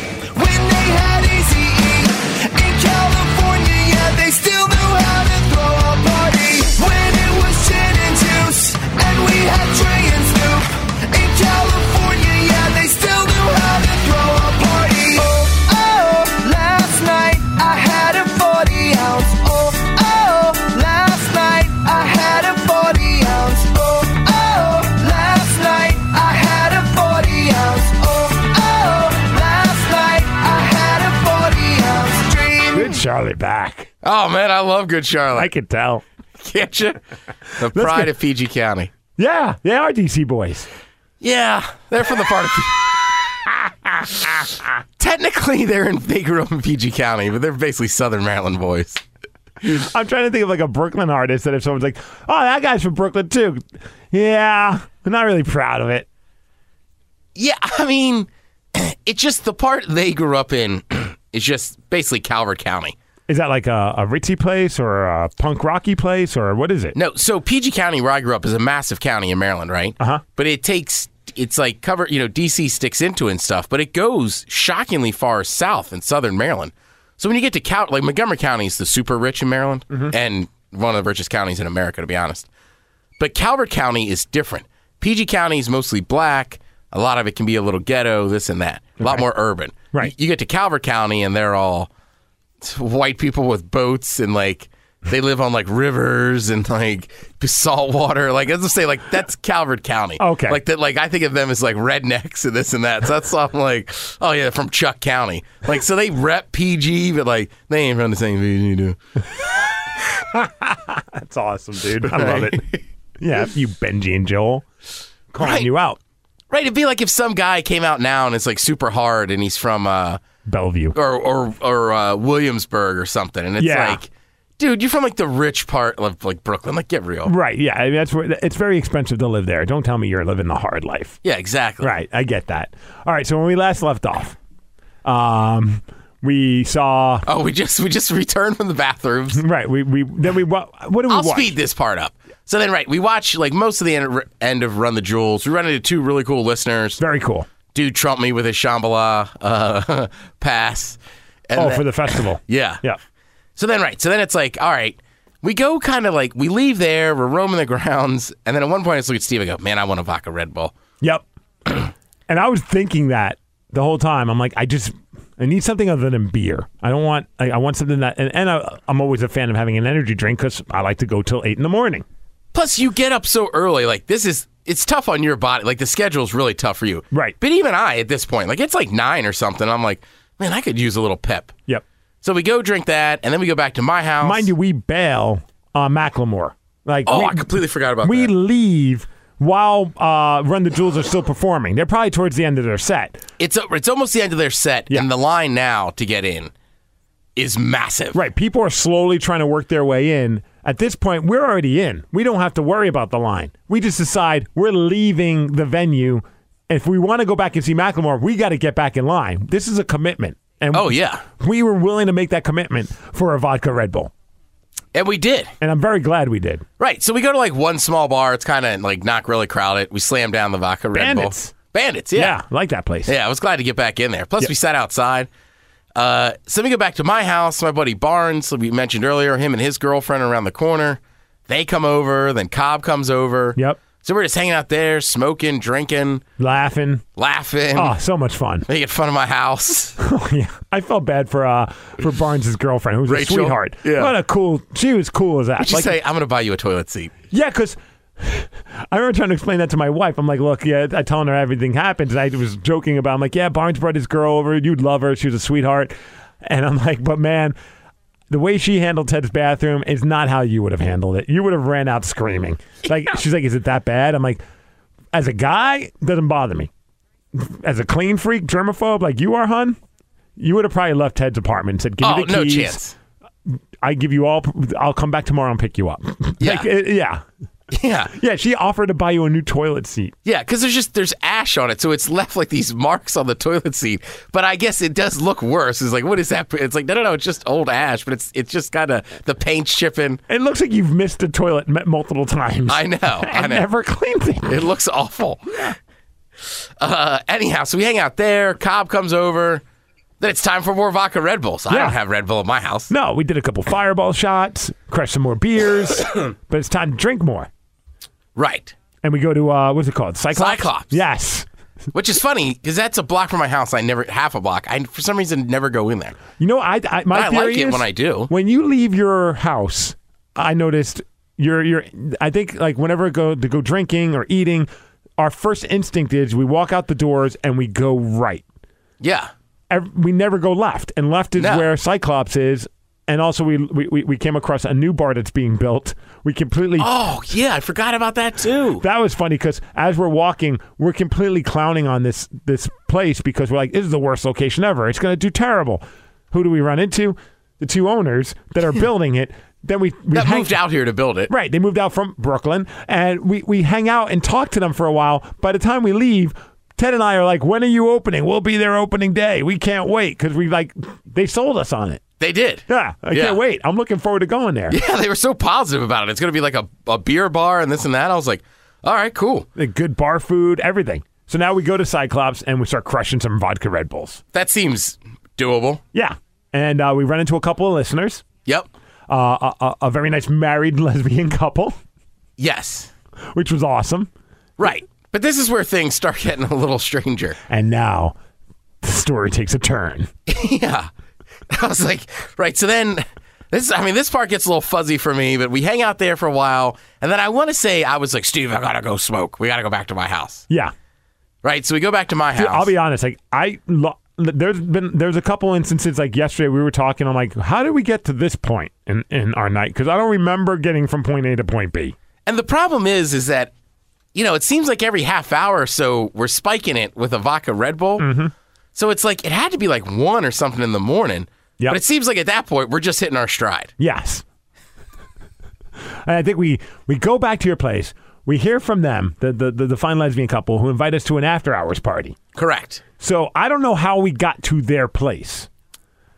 Oh, Oh, Oh, Oh, Good Charlie back. Oh man, I love Good I Charlotte. can tell. Can't you? The pride of Fiji County. Yeah, they are DC boys. Yeah, they're from the part of. Technically, they're in they grew up in PG County, but they're basically Southern Maryland boys. I'm trying to think of like a Brooklyn artist that if someone's like, "Oh, that guy's from Brooklyn too," yeah, I'm not really proud of it. Yeah, I mean, it's just the part they grew up in is just basically Calvert County. Is that like a, a ritzy place or a punk rocky place or what is it? No, so PG County, where I grew up, is a massive county in Maryland, right? Uh-huh. But it takes it's like cover you know DC sticks into it and stuff, but it goes shockingly far south in Southern Maryland. So when you get to Cal- like Montgomery County is the super rich in Maryland Mm-hmm. and one of the richest counties in America, to be honest. But Calvert County is different. PG County is mostly black. A lot of it can be a little ghetto, this and that. A lot more urban. Right. You, you get to Calvert County and they're all white people with boats and like they live on like rivers and like salt water. Like as I say, like that's Calvert County. Okay. Like that. Like I think of them as like rednecks and this and that. So that's why I'm like, oh yeah, from Chuck County. Like so they rep PG, but like they ain't from the same PG you do. That's awesome, dude. I love it. yeah, you Benji and Joel calling Right. you out, Right. It'd be like if some guy came out now and it's like super hard and he's from uh Bellevue. or or or uh, Williamsburg or something, and it's Yeah. like, dude, you're from like the rich part of like Brooklyn. Like get real. Right? Yeah, I mean, that's where it's very expensive to live there. Don't tell me you're living the hard life. Yeah, exactly. Right, I get that. All right, so when we last left off, um, We saw. Oh, we just we just returned from the bathrooms. Right. We we then we wa- what do we I'll watch? speed this part up. So then, right, we watch like most of the end, end of Run the Jewels. We run into two really cool listeners. Very cool. Dude, Trump me with his Shambhala uh, pass. And oh, then- for the festival. yeah. Yeah. So then, right. So then it's like, all right, we go kind of like, we leave there, we're roaming the grounds. And then at one point, I just look at Steve and go, man, I want a vodka Red Bull. Yep. and I was thinking that the whole time. I'm like, I just I need something other than beer. I don't want. I, I want something that. And, and I, I'm always a fan of having an energy drink because I like to go till eight in the morning. Plus, you get up so early. Like, this is, it's tough on your body. Like, the schedule's really tough for you. Right. But even I, at this point, like, it's like nine or something. I'm like, man, I could use a little pep. Yep. So we go drink that, and then we go back to my house. Mind you, we bail on Macklemore. Like, Oh, we, I completely forgot about we that. leave while uh, Run the Jewels are still performing. They're probably towards the end of their set. It's it's almost the end of their set, and the line now to get in is massive. Right. People are slowly trying to work their way in. At this point, we're already in. We don't have to worry about the line. We just decide we're leaving the venue. If we want to go back and see Macklemore, we got to get back in line. This is a commitment. And Oh, yeah. We were willing to make that commitment for a vodka Red Bull. And we did. And I'm very glad we did. Right. So we go to like one small bar. It's kind of like not really crowded. We slam down the vodka Red Bull. Bandits. Bandits. Yeah. I like that place. yeah. I was glad to get back in there. Plus, we sat outside. Uh, so we go back to my house. My buddy Barnes, like we mentioned earlier, him and his girlfriend are around the corner. They come over. Then Cobb comes over. Yep. So we're just hanging out there, smoking, drinking, Laughing. laughing, Oh, so much fun. making fun of my house. Oh, yeah. I felt bad for uh for Barnes' girlfriend, who's Rachel? a sweetheart. Yeah. What a cool she was cool as that. She say, "I'm going to buy you a toilet seat." Yeah, because I remember trying to explain that to my wife. I'm like, look, yeah, I telling her everything happened. And I was joking about, I'm like, yeah, Barnes brought his girl over. You'd love her. She was a sweetheart. And I'm like, but man, the way she handled Ted's bathroom is not how you would have handled it. You would have ran out screaming. Like, she's like, is it that bad? I'm like, as a guy, doesn't bother me. As a clean freak, germaphobe like you are, hun, you would have probably left Ted's apartment and said, give oh, me the no keys. chance. I give you all. I'll come back tomorrow and pick you up. Yeah. like, it- yeah. Yeah, Yeah, she offered to buy you a new toilet seat. yeah, because there's just there's ash on it, so it's left like these marks on the toilet seat. But I guess it does look worse. It's like, what is that? It's like, no, no, no, it's just old ash, but it's it's just kind of the paint chipping. It looks like you've missed the toilet m- multiple times. I know, I and know. never cleaned it. It looks awful. Uh, anyhow, so we hang out there. Cobb comes over. Then it's time for more vodka Red Bull. So I Yeah. don't have Red Bull at my house. No, we did a couple fireball shots, crushed some more beers, but it's time to drink more. Right. And we go to uh, what's it called? Cyclops. Cyclops. Yes. Which is funny because that's a block from my house. I never half a block. I for some reason never go in there. You know, I, I my I like theory it is when I do. When you leave your house, I noticed your your. I think like whenever I go to go drinking or eating, our first instinct is we walk out the doors and we go right. Yeah. ev- we never go left, and left is No. where Cyclops is. And also, we, we we- we came across a new bar that's being built. We completely Oh yeah, I forgot about that too. that was funny because as we're walking, we're completely clowning on this this place because we're like, this is the worst location ever. It's going to do terrible. Who do we run into? The two owners that are building it. Then we, we That hang- moved out here to build it. Right. They moved out from Brooklyn and we, we hang out and talk to them for a while. By the time we leave, Ted and I are like, when are you opening? We'll be there opening day. We can't wait because we like, they sold us on it. They did. Yeah. I Yeah. can't wait. I'm looking forward to going there. Yeah, they were so positive about it. It's going to be like a, a beer bar and this and that. I was like, all right, cool. The Good bar food, everything. So now we go to Cyclops and we start crushing some vodka Red Bulls. That seems doable. Yeah. And uh, we run into a couple of listeners, Yep. uh, a- a, a very nice married lesbian couple, Yes. which was awesome. Right. But this is where things start getting a little stranger. And now the story takes a turn. yeah. I was like, right. So then this, I mean, this part gets a little fuzzy for me, but we hang out there for a while. And then I want to say, I was like, Steve, I got to go smoke. We got to go back to my house. Yeah. Right. So we go back to my house. Dude, I'll be honest. Like I, lo- there's been there's a couple instances like yesterday we were talking. I'm like, how did we get to this point in in our night? Because I don't remember getting from point A to point B. And the problem is, is that you know it seems like every half hour or so we're spiking it with a vodka Red Bull. Mm-hmm. So it's like it had to be like one or something in the morning. Yep. But it seems like at that point we're just hitting our stride. Yes. and I think we we go back to your place. We hear from them, the the the, the fine lesbian couple who invite us to an after hours party. Correct. So I don't know how we got to their place.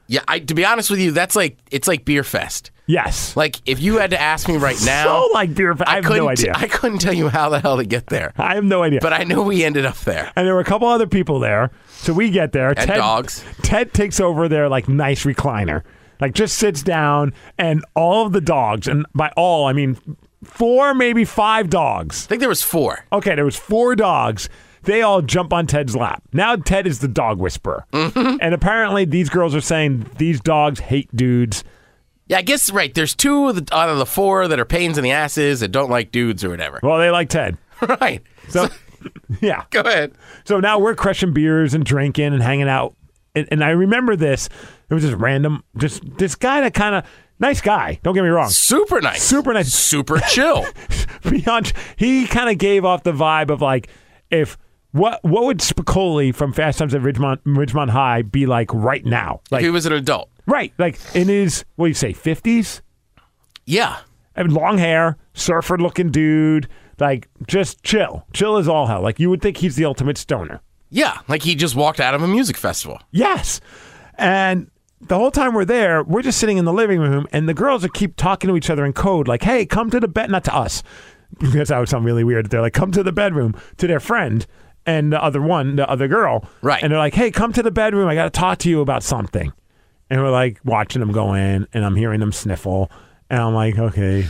Yeah, I, to be honest with you, that's like it's like beer fest. Yes. Like if you had to ask me right now, So like beer fest. I, have couldn't, no idea. I couldn't tell you how the hell to get there. I have no idea. But I know we ended up there. and there were a couple other people there. So we get there. And dogs. Ted takes over their like nice recliner, like just sits down, and all of the dogs, and by all I mean four, maybe five dogs. I think there was four. Okay, there was four dogs. They all jump on Ted's lap. Now Ted is the dog whisperer, Mm-hmm. and apparently these girls are saying these dogs hate dudes. Yeah, I guess right. There's two of the, out of the four that are pains in the asses that don't like dudes or whatever. Well, they like Ted. right. So, yeah. Go ahead. So now we're crushing beers and drinking and hanging out. And, and I remember this. It was just random. Just this guy that kind of nice guy. Don't get me wrong. Super nice. Super nice. Super chill. Beyond. He kind of gave off the vibe of like if. What what would Spicoli from Fast Times at Ridgemont, Ridgemont High be like right now? Like, Like he was an adult. right, like in his what do you say, fifties? Yeah. I mean, long hair, surfer looking dude, like just chill, chill as all hell. Like you would think he's the ultimate stoner. Yeah. Like he just walked out of a music festival. Yes. And the whole time we're there, we're just sitting in the living room, and the girls are keep talking to each other in code, like, hey, come to the bed, not to us, because that would sound really weird. They're like, come to the bedroom to their friend and the other one, the other girl. Right. And they're like, hey, come to the bedroom. I got to talk to you about something. And we're like watching them go in, and I'm hearing them sniffle. And I'm like, okay,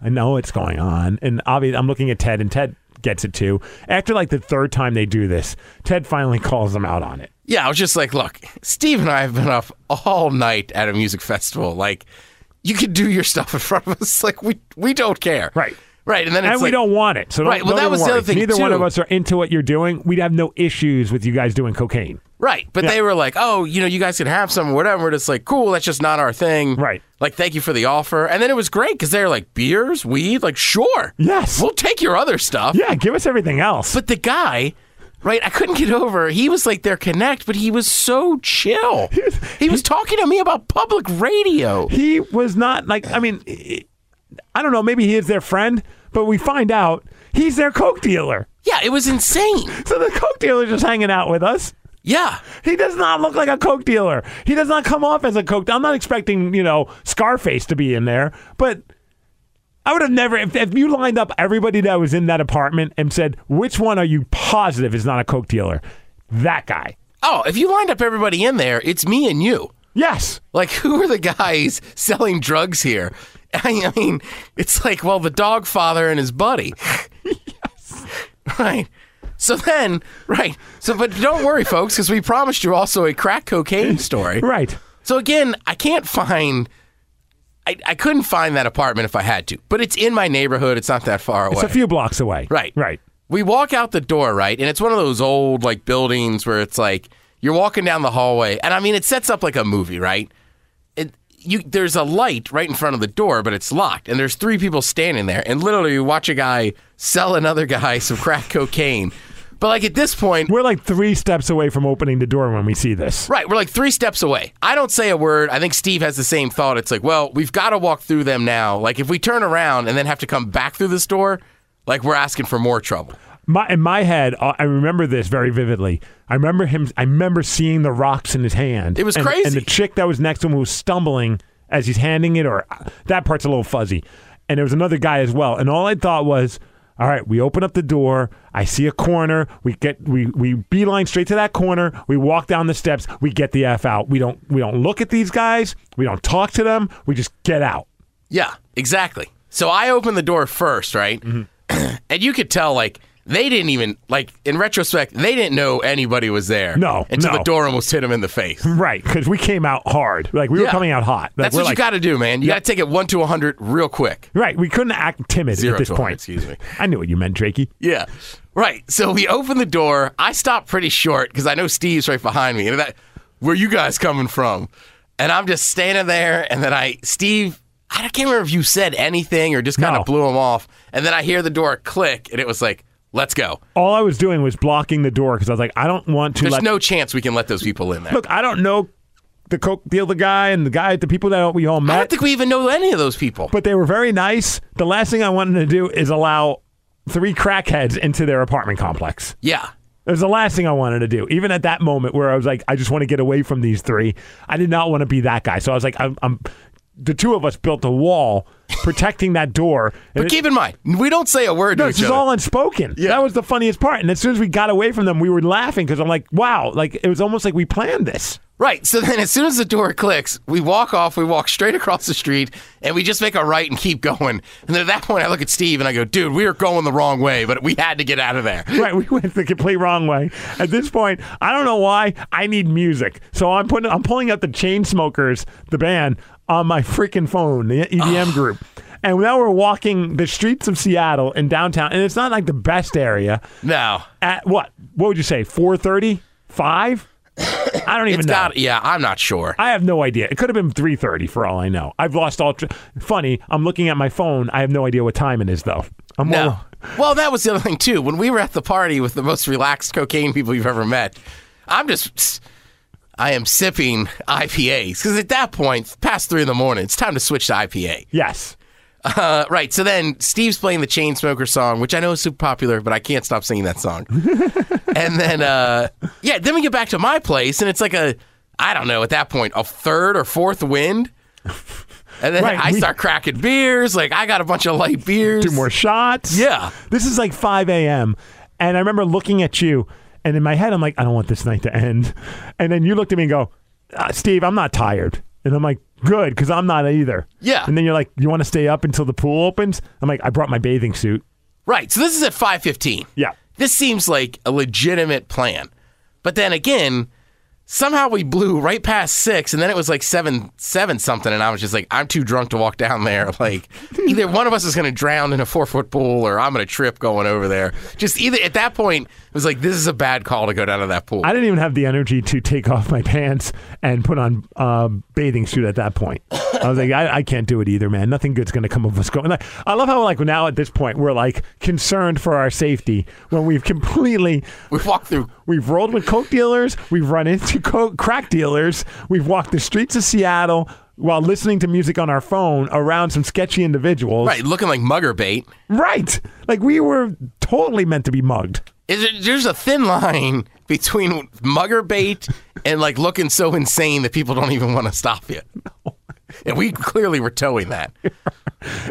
I know what's going on. And obviously, I'm looking at Ted, and Ted gets it too. After like the third time they do this, Ted finally calls them out on it. Yeah, I was just like, look, Steve and I have been up all night at a music festival. Like, you can do your stuff in front of us. Like, we we don't care. Right. Right. And then it's and we like- don't want it. So don't, right. Well, don't that even was worry. the other thing. Neither one too. of us are into what you're doing. We'd have no issues with you guys doing cocaine. Right. But they were like, oh, you know, you guys can have some or whatever. We're just like, cool, that's just not our thing. Right. Like, thank you for the offer. And then it was great because they were like, beers, weed, like, sure. Yes. We'll take your other stuff. Yeah, give us everything else. But the guy, right, I couldn't get over, he was like their connect, but he was so chill. he was talking to me about public radio. He was not like I mean, I don't know. Maybe he is their friend, but we find out he's their coke dealer. Yeah, it was insane. So the coke dealer's just hanging out with us. Yeah. He does not look like a coke dealer. He does not come off as a coke. I'm not expecting you know Scarface to be in there, but. I would have never, if, if you lined up everybody that was in that apartment and said, which one are you positive is not a Coke dealer? That guy. Oh, if you lined up everybody in there, it's me and you. Yes. Like, who are the guys selling drugs here? I mean, it's like, well, the dog father and his buddy. Right. So then, right. So, but don't worry, folks, because we promised you also a crack cocaine story. Right. So again, I can't find. I, I couldn't find that apartment if I had to, but it's in my neighborhood. It's not that far away. It's a few blocks away. Right. Right. We walk out the door, right? And it's one of those old like buildings where it's like you're walking down the hallway, and I mean it sets up like a movie, right? It you there's a light right in front of the door, but it's locked, and there's three people standing there, and literally you watch a guy sell another guy some crack cocaine. But like at this point, We're like three steps away from opening the door when we see this. Right, we're like three steps away. I don't say a word. I think Steve has the same thought. It's like, well, we've got to walk through them now. Like, if we turn around and then have to come back through this door, like we're asking for more trouble. My, in my head, I I remember this very vividly. I remember him. I remember seeing the rocks in his hand. It was and, crazy. And the chick that was next to him was stumbling as he's handing it, or uh, that part's a little fuzzy. And there was another guy as well. And all I thought was, all right, we open up the door. I see a corner. We get we we beeline straight to that corner. We walk down the steps. We get the f out. We don't we don't look at these guys. We don't talk to them. We just get out. Yeah, exactly. So I opened the door first, right? Mm-hmm. and you could tell, like, they didn't even, like, in retrospect, they didn't know anybody was there. No, Until no. the door almost hit him in the face. Right, because we came out hard. Like we were Yeah. coming out hot. Like, That's we're what you like- got to do, man. You got to take it one to a 100 real quick. Right, we couldn't act timid Zero at this to a hundred, point. excuse me. I knew what you meant, Drakey. Yeah. Right. So we open the door. I stop pretty short because I know Steve's right behind me. And that, where you guys coming from? And I'm just standing there. And then I, Steve, I can't remember if you said anything or just kind of blew him off. And then I hear the door click and it was like, let's go. All I was doing was blocking the door because I was like, I don't want to There's let. no chance we can let those people in there. look, I don't know the coke dealer guy and the guy, the people that we all met. I don't think we even know any of those people. but they were very nice. The last thing I wanted to do is allow three crackheads into their apartment complex. Yeah. It was the last thing I wanted to do. Even at that moment where I was like, I just want to get away from these three. I did not want to be that guy. So I was like, I'm, I'm the two of us built a wall protecting that door. But keep in mind, we don't say a word. No, to this each is other. all unspoken. That was the funniest part. And as soon as we got away from them, we were laughing because I'm like, wow, like it was almost like we planned this. Right. So then, as soon as the door clicks, we walk off. We walk straight across the street, and we just make a right and keep going. And then at that point, I look at Steve and I go, "Dude, we are going the wrong way, but we had to get out of there." right, we went the complete wrong way. At this point, I don't know why I need music, so I'm putting I'm pulling up the Chainsmokers, the band, on my freaking phone, the EDM group. And now we're walking the streets of Seattle and downtown, and it's not like the best area. No. At what? What would you say? Four thirty? Five? I don't even It's know. got. Yeah, I'm not sure. I have no idea. It could have been 3:30 for all I know. I've lost all tr- funny, I'm looking at my phone. I have no idea what time it is though. I'm No. Well, that was the other thing too. When we were at the party with the most relaxed cocaine people you've ever met, I'm just, I am sipping IPAs because at that point, past three in the morning, it's time to switch to IPA. Yes. Uh, right. So then Steve's playing the Chainsmoker song, which I know is super popular, but I can't stop singing that song. and then, uh, yeah, then we get back to my place, and it's like a, I don't know, at that point, a third or fourth wind. And then Right, I we- start cracking beers. Like I got a bunch of light beers. Two more shots. Yeah. This is like 5 a.m. And I remember looking at you, and in my head, I'm like, I don't want this night to end. And then you looked at me and go, uh, Steve, I'm not tired. And I'm like, good, because I'm not either. Yeah. And then you're like, you want to stay up until the pool opens? I'm like, I brought my bathing suit. Right. So this is at 5:15. Yeah. This seems like a legitimate plan. But then again, somehow we blew right past 6 and then it was like 7 7 something and I was just like I'm too drunk to walk down there. Like either one of us is going to drown in a 4-foot pool or I'm going to trip going over there. Just either at that point it was like this is a bad call to go down to that pool. I didn't even have the energy to take off my pants and put on a bathing suit at that point. I was like, I, I can't do it either, man. Nothing good's going to come of us going. Like, I love how, like, now at this point, we're like concerned for our safety when we've completely we walked through We've rolled with coke dealers. We've run into coke, crack dealers. We've walked the streets of Seattle while listening to music on our phone around some sketchy individuals. right looking like mugger bait. Right. Like we were totally meant to be mugged. Is it, there's a thin line between mugger bait and like looking so insane that people don't even want to stop you. And we clearly were towing that.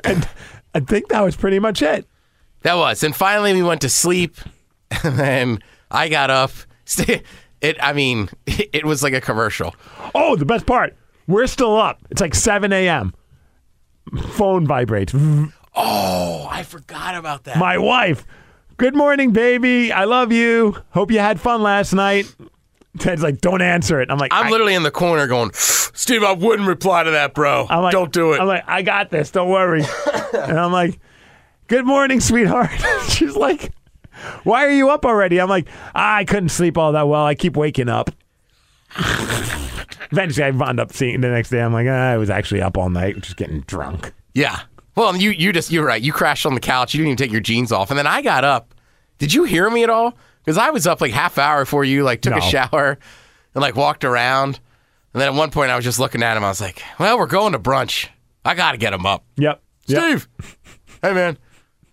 And I think that was pretty much it. That was. And finally, we went to sleep. And then I got up. It. I mean, it was like a commercial. Oh, the best part. We're still up. It's like 7 a.m. Phone vibrates. Oh, I forgot about that. My wife. Good morning, baby. I love you. Hope you had fun last night. Ted's like, don't answer it. I'm like, I'm I- literally in the corner going, Steve, I wouldn't reply to that, bro. I'm like, Don't do it. I'm like, I got this. Don't worry. and I'm like, good morning, sweetheart. She's like, why are you up already? I'm like, I couldn't sleep all that well. I keep waking up. Eventually, I wound up seeing the next day. I'm like, "Ah, I was actually up all night, just getting drunk. Yeah. Well, you you just you're right. You crashed on the couch. You didn't even take your jeans off, and then I got up. Did you hear me at all? Because I was up like half hour before you. Like took a No. shower and like walked around, and then at one point I was just looking at him. I was like, "Well, we're going to brunch. I got to get him up." Yep. Yep. Steve, hey man.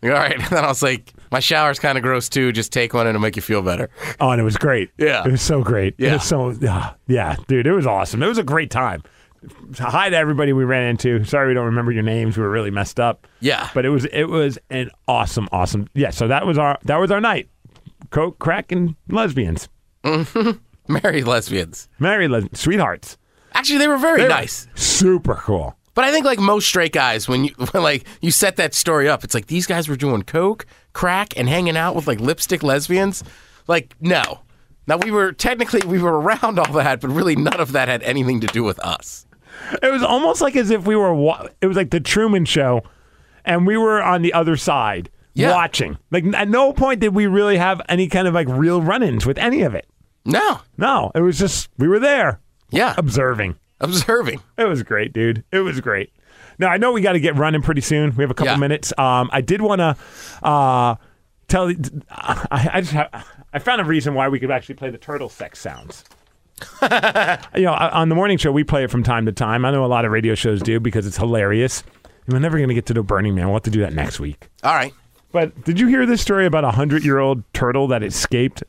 All right. And then I was like, "My shower's kind of gross too. Just take one and it'll make you feel better." Oh, and it was great. Yeah. It was so great. It Yeah. was so, ah, yeah, dude, it was awesome. It was a great time. Hi to everybody we ran into. Sorry we don't remember your names. We were really messed up. Yeah. But it was it was an awesome, awesome yeah, so that was our that was our night. Coke, crack, and lesbians. Married lesbians. Married les- sweethearts. Actually, they were very nice. Super cool. But I think like most straight guys, when you when, like you set that story up, it's like these guys were doing coke, crack, and hanging out with like lipstick lesbians. Like no, now we were technically we were around all that, but really none of that had anything to do with us. It was almost like as if we were wa- it was like the Truman show and we were on the other side Yeah. watching. Like at no point did we really have any kind of like real run-ins with any of it. No, No, it was just we were there yeah, observing. observing. It was great, dude. It was great. Now I know we got to get running pretty soon. We have a couple Yeah. minutes. Um, I did want to uh, tell. I, I just have, I found a reason why we could actually play the turtle sex sounds. you know, on the morning show we play it from time to time. I know a lot of radio shows do because it's hilarious. And we're never going to get to do Burning Man. We'll have to do that next week. All right, But did you hear this story about a hundred year old turtle that escaped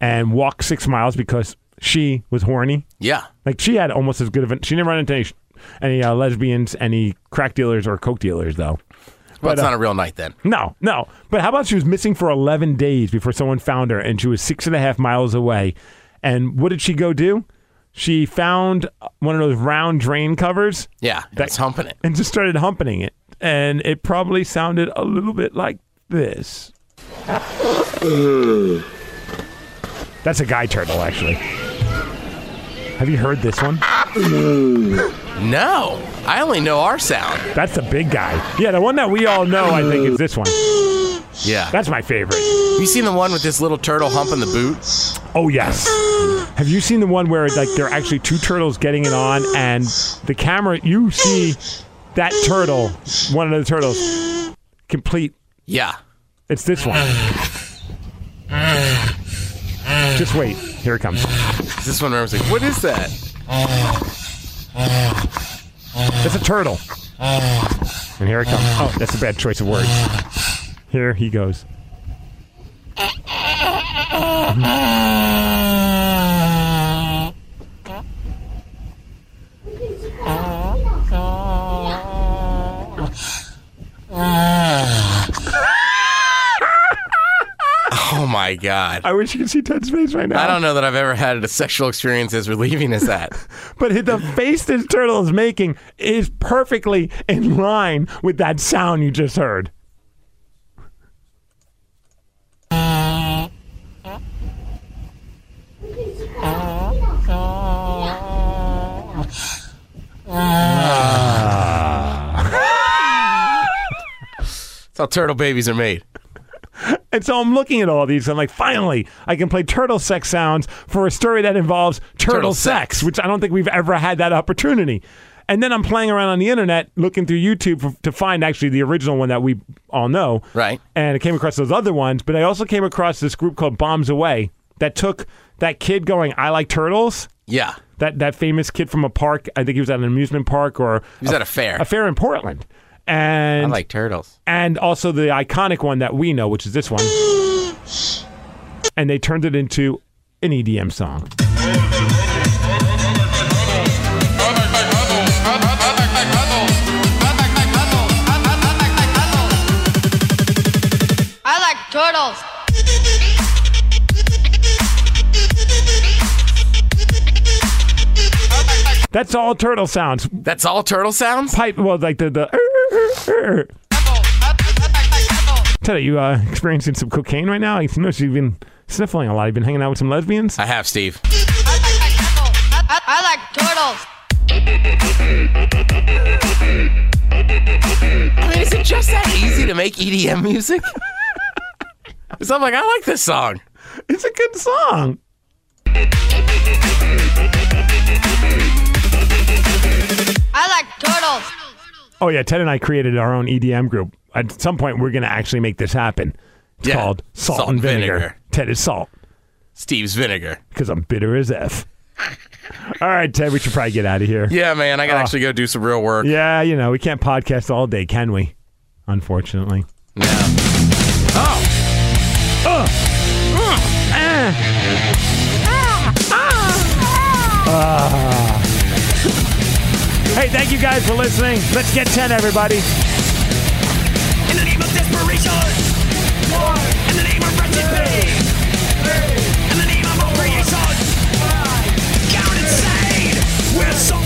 and walk six miles because she was horny. Yeah. Like she had almost as good of an. She didn't run into any, any uh, lesbians, any crack dealers, or coke dealers, though. Well, it's uh, not a real night then. No, no. But how about she was missing for 11 days before someone found her and she was six and a half miles away? And what did she go do? She found one of those round drain covers Yeah, that's humping it. and just started humping it. And it probably sounded a little bit like this. That's a guy turtle, actually. Have you heard this one? No, I only know our sound. That's the big guy. Yeah, the one that we all know, I think, is this one. Yeah. That's my favorite. You seen the one with this little turtle humping the boot? Oh yes. Have you seen the one where like there are actually two turtles getting it on, and the camera you see that turtle, one of the turtles, complete. Yeah. It's this one. Just wait. Here it comes. This one where I was like, what is that? It's a turtle. And here it comes. Oh, that's a bad choice of words. Here he goes. Oh my God. I wish you could see Ted's face right now. I don't know that I've ever had a sexual experience as relieving as that. But the face this turtle is making is perfectly in line with that sound you just heard. That's how turtle babies are made. And so I'm looking at all these. I'm like, finally, I can play turtle sex sounds for a story that involves turtle, Turtle sex, sex. which I don't think we've ever had that opportunity. And then I'm playing around on the internet, looking through YouTube for, to find actually the original one that we all know. Right. And I came across those other ones, but I also came across this group called Bombs Away that took that kid going, I like turtles. Yeah. That, that famous kid from a park, I think he was at an amusement park or He was at a fair. a fair in Portland. And I like turtles. and also the iconic one that we know, which is this one. And they turned it into an EDM song. I like turtles. That's all turtle sounds. That's all turtle sounds? Pipe, well, like the the. Tell you, uh, experiencing some cocaine right now? I notice you've been sniffling a lot. You've been hanging out with some lesbians. I have, Steve. I, I like turtles. I mean, is it just that easy to make EDM music? Because I'm like, I like this song. It's a good song. I like turtles. Oh yeah, Ted and I created our own EDM group. At some point, we're gonna actually make this happen. It's Yeah. called Salt, Salt and and vinegar. Vinegar. Ted is salt Steve's vinegar. because I'm bitter as f. all right, Ted, we should probably get out of here. Yeah, man, Uh. I gotta actually go do some real work. Yeah, you know, we can't podcast all day, can we? Unfortunately. No. Oh, Hey, thank you guys for listening. Let's get 10, everybody. In the name of desperation. War. In the name of wretched pain. In the name of operation. Count insane. We're so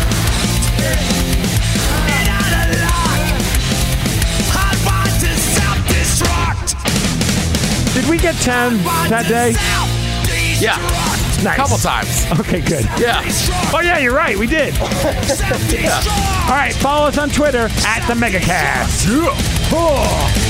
and out of luck. I want to self-destruct. Did we get 10 Want that to day? self-destruct. Yeah. Nice. Uh. couple times. Okay, good. Yeah. Oh, yeah, you're right. We did. All Self-destruct. right, follow us on Twitter at the Megacast. Yeah. Oh.